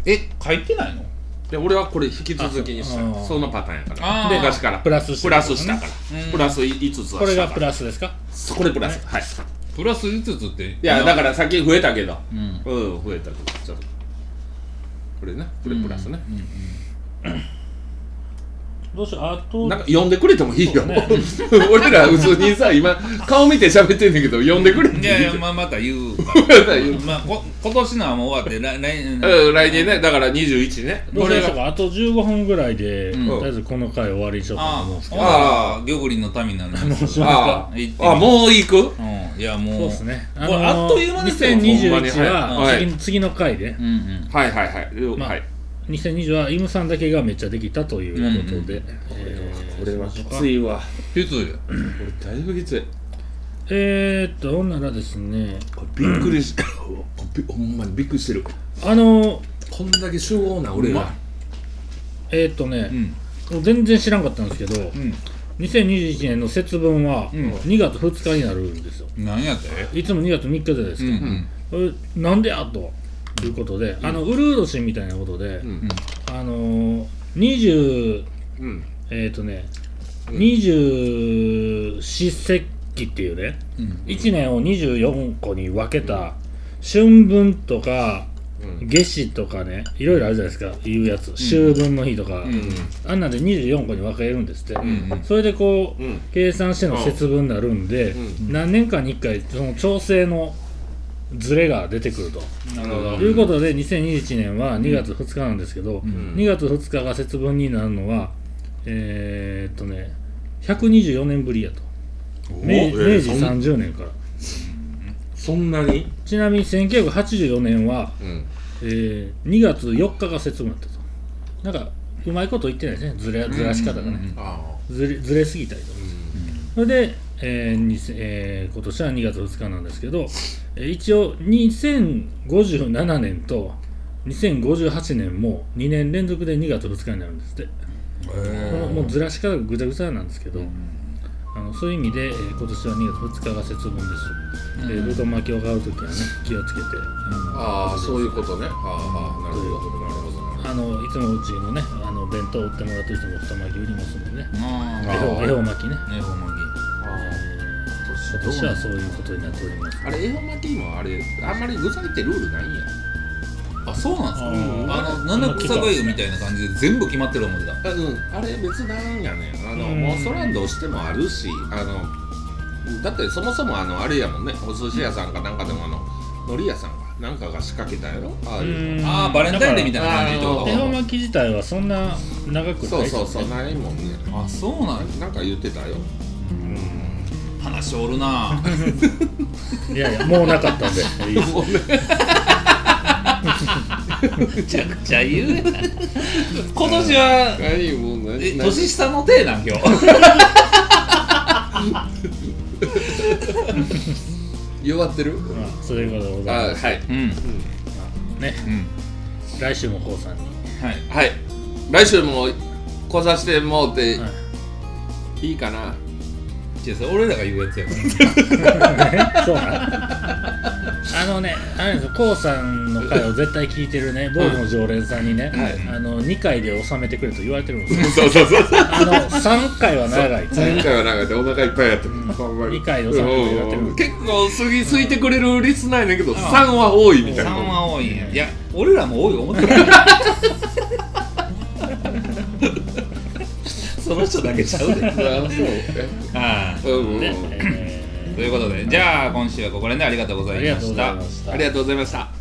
A: え書いてないの
C: うで俺はこれ引き続きにした
B: ああ
C: いそのパターンやか
A: あ
C: ら
A: あ
C: で昔から
B: プラスして
C: プラスしたから
A: うん
C: プラス5つは
B: これ
C: した
B: が
C: から
B: プラスですか
C: スこれプラスはい
A: プラス5つってい
C: いやだからさっき増えたけど
A: うん
C: うん増えたけどちょっとこれねこれプラスね、
B: どうしようあと
C: なんか呼んでくれてもいいよ、
B: そうね
C: 俺ら普通にさ今顔見て喋ってんだけど呼んでくれても
A: い
C: いいよ
A: やいやまあまた言うからまあこ今年のはもう終わって来来
C: うん来年ねだから21ね
B: どう
C: こ
B: しま
C: れ
B: しょう
C: が
B: かあと15分ぐらいで、
A: うん
B: とりあえずこの回終わりにしようかなと
A: あ
B: 思うんですけど
A: ああギョグリンの民なの
B: どうします
C: あ
B: か
C: ああもう行く
A: うんいや
B: そ
A: も
B: う
A: う
B: ですね
A: これあっという間ですよ
C: ほんまに
B: 2021は、
C: はい
B: 次次の回で
A: うんうん
C: はいはいはい、うん
B: まあ
C: はい
B: 2020はイムさんだけがめっちゃできたということで、
C: これはきついわ
A: きついよ
C: これだいぶきつい
B: えー、っとほんならですね
C: これびっくりしびほんまにびっくりしてる
B: あの
C: こんだけ集合な俺
A: う
C: は
A: ま
B: えー、っとね
A: う、ん
B: もう全然知らんかったんですけど
A: うん
B: 2021年の節分は
A: うん
B: 2月2日になるんですよ
A: 何やって
B: いつも2月3日じゃないです
A: う
B: か、
A: ん
B: これなんでやということで、あのウルウド氏みたいなことで、
C: うん
B: あのー、20
C: うん
B: えっ、ー、とね二十四節気っていうね
A: うん
B: 1年を24個に分けた春分とか
C: うん
B: 夏至とかねいろいろあるじゃないですかいうやつ秋分の日とか、
A: うん
B: あんなんで24個に分けるんですって、
A: うんうん
B: それでこう、
C: うん
B: 計算しての節分になるんで、
C: う
B: 何年かに1回その調整のズレが出てくると、
A: なるほど
B: ということで2021年は2月2日なんですけど、
A: ん
B: 2月2日が節分になるのはえー、っとね124年ぶりやと
C: お
B: 明
C: えー
B: 明治
C: そん
B: 30年から
C: そんなに
B: ちなみに1984年は、
C: うん
B: えー、2月4日が節分だったとなんかうまいこと言ってないですねずれずらし方がね、
A: うん
C: あ
B: ずれずれすぎたりとかそれで、えーにせえー今年は2月2日なんですけど、えー一応2057年と2058年も2年連続で2月2日になるんですって、このもうずらし方がぐちゃぐちゃなんですけど、あのそういう意味で、えー今年は2月2日が節分です、えー、ルト巻きを買う時はね気をつけて
C: ああそういうことねああなるほどなるほどなるほど
B: あのいつもうちのねあの弁当売ってもらってる人も太巻き売りますんでね
A: あ
B: 恵
A: あ
B: 方恵方巻きね
A: ねほんま
B: 今年はそういうことになっております
C: あれ恵方巻きもあれあんまり具材ってルールないんや
A: にあそうなんすか
B: うん
A: あの七草がゆみたいな感じで全部決まってる思ってた
C: あうんあれ別なんやねあの
B: うん
C: もうそらんどうしてもあるしあのだってそもそもあのあれやもんねお寿司屋さんかなんかでもあの海苔屋さんかなんかが仕掛けたやろああいうの
A: ああバレンタインデーみたいな感じってこ
B: 恵
C: だか
B: 方
A: と
B: 巻き自体はそんな長くない
C: そうそうそう
B: う
C: ないもんね
A: あそうなんや
C: なんか言ってたよ
A: 話おるな
B: いやいやもうなかったんで いいです
A: めちゃくちゃ言う今年は
C: 何もう
A: え
C: 何何
A: 年下の手なん今日
C: 弱ってる
B: まあそういうことでござい
C: あ
B: ます
C: はい
A: うん
B: ね
A: うん
B: 来週もこうさんに、
A: はい
C: はい来週も来さしてもうて
B: はい
C: い かな
A: 違うそれ俺らが言うやつやから
B: そうなあのね、あれなんですよ、こうさんの回を絶対聞いてるね、僕の常連さんにね、
A: はい
B: あの2回で収めてくれと言われてるんですよ。
C: そうそうそう
B: あの3回は長いって。
C: 前回はなんかでお腹いっぱいやってほんま
B: 理解をされてやってる
C: うん結構すぎすいてくれるリスナーやねんけど3は多いみたいな
A: 3は多いんやいや俺らも多い思ってない その人だけちゃうで
C: あ
A: あ
C: そううんうん
B: で
C: うん
B: え
A: あということでじゃあ今週はここら辺でありがとうござ
B: ーあ
A: い
B: りが
A: ま
B: とう
A: し
B: ござい
A: た
B: ました
C: あり。がとうございました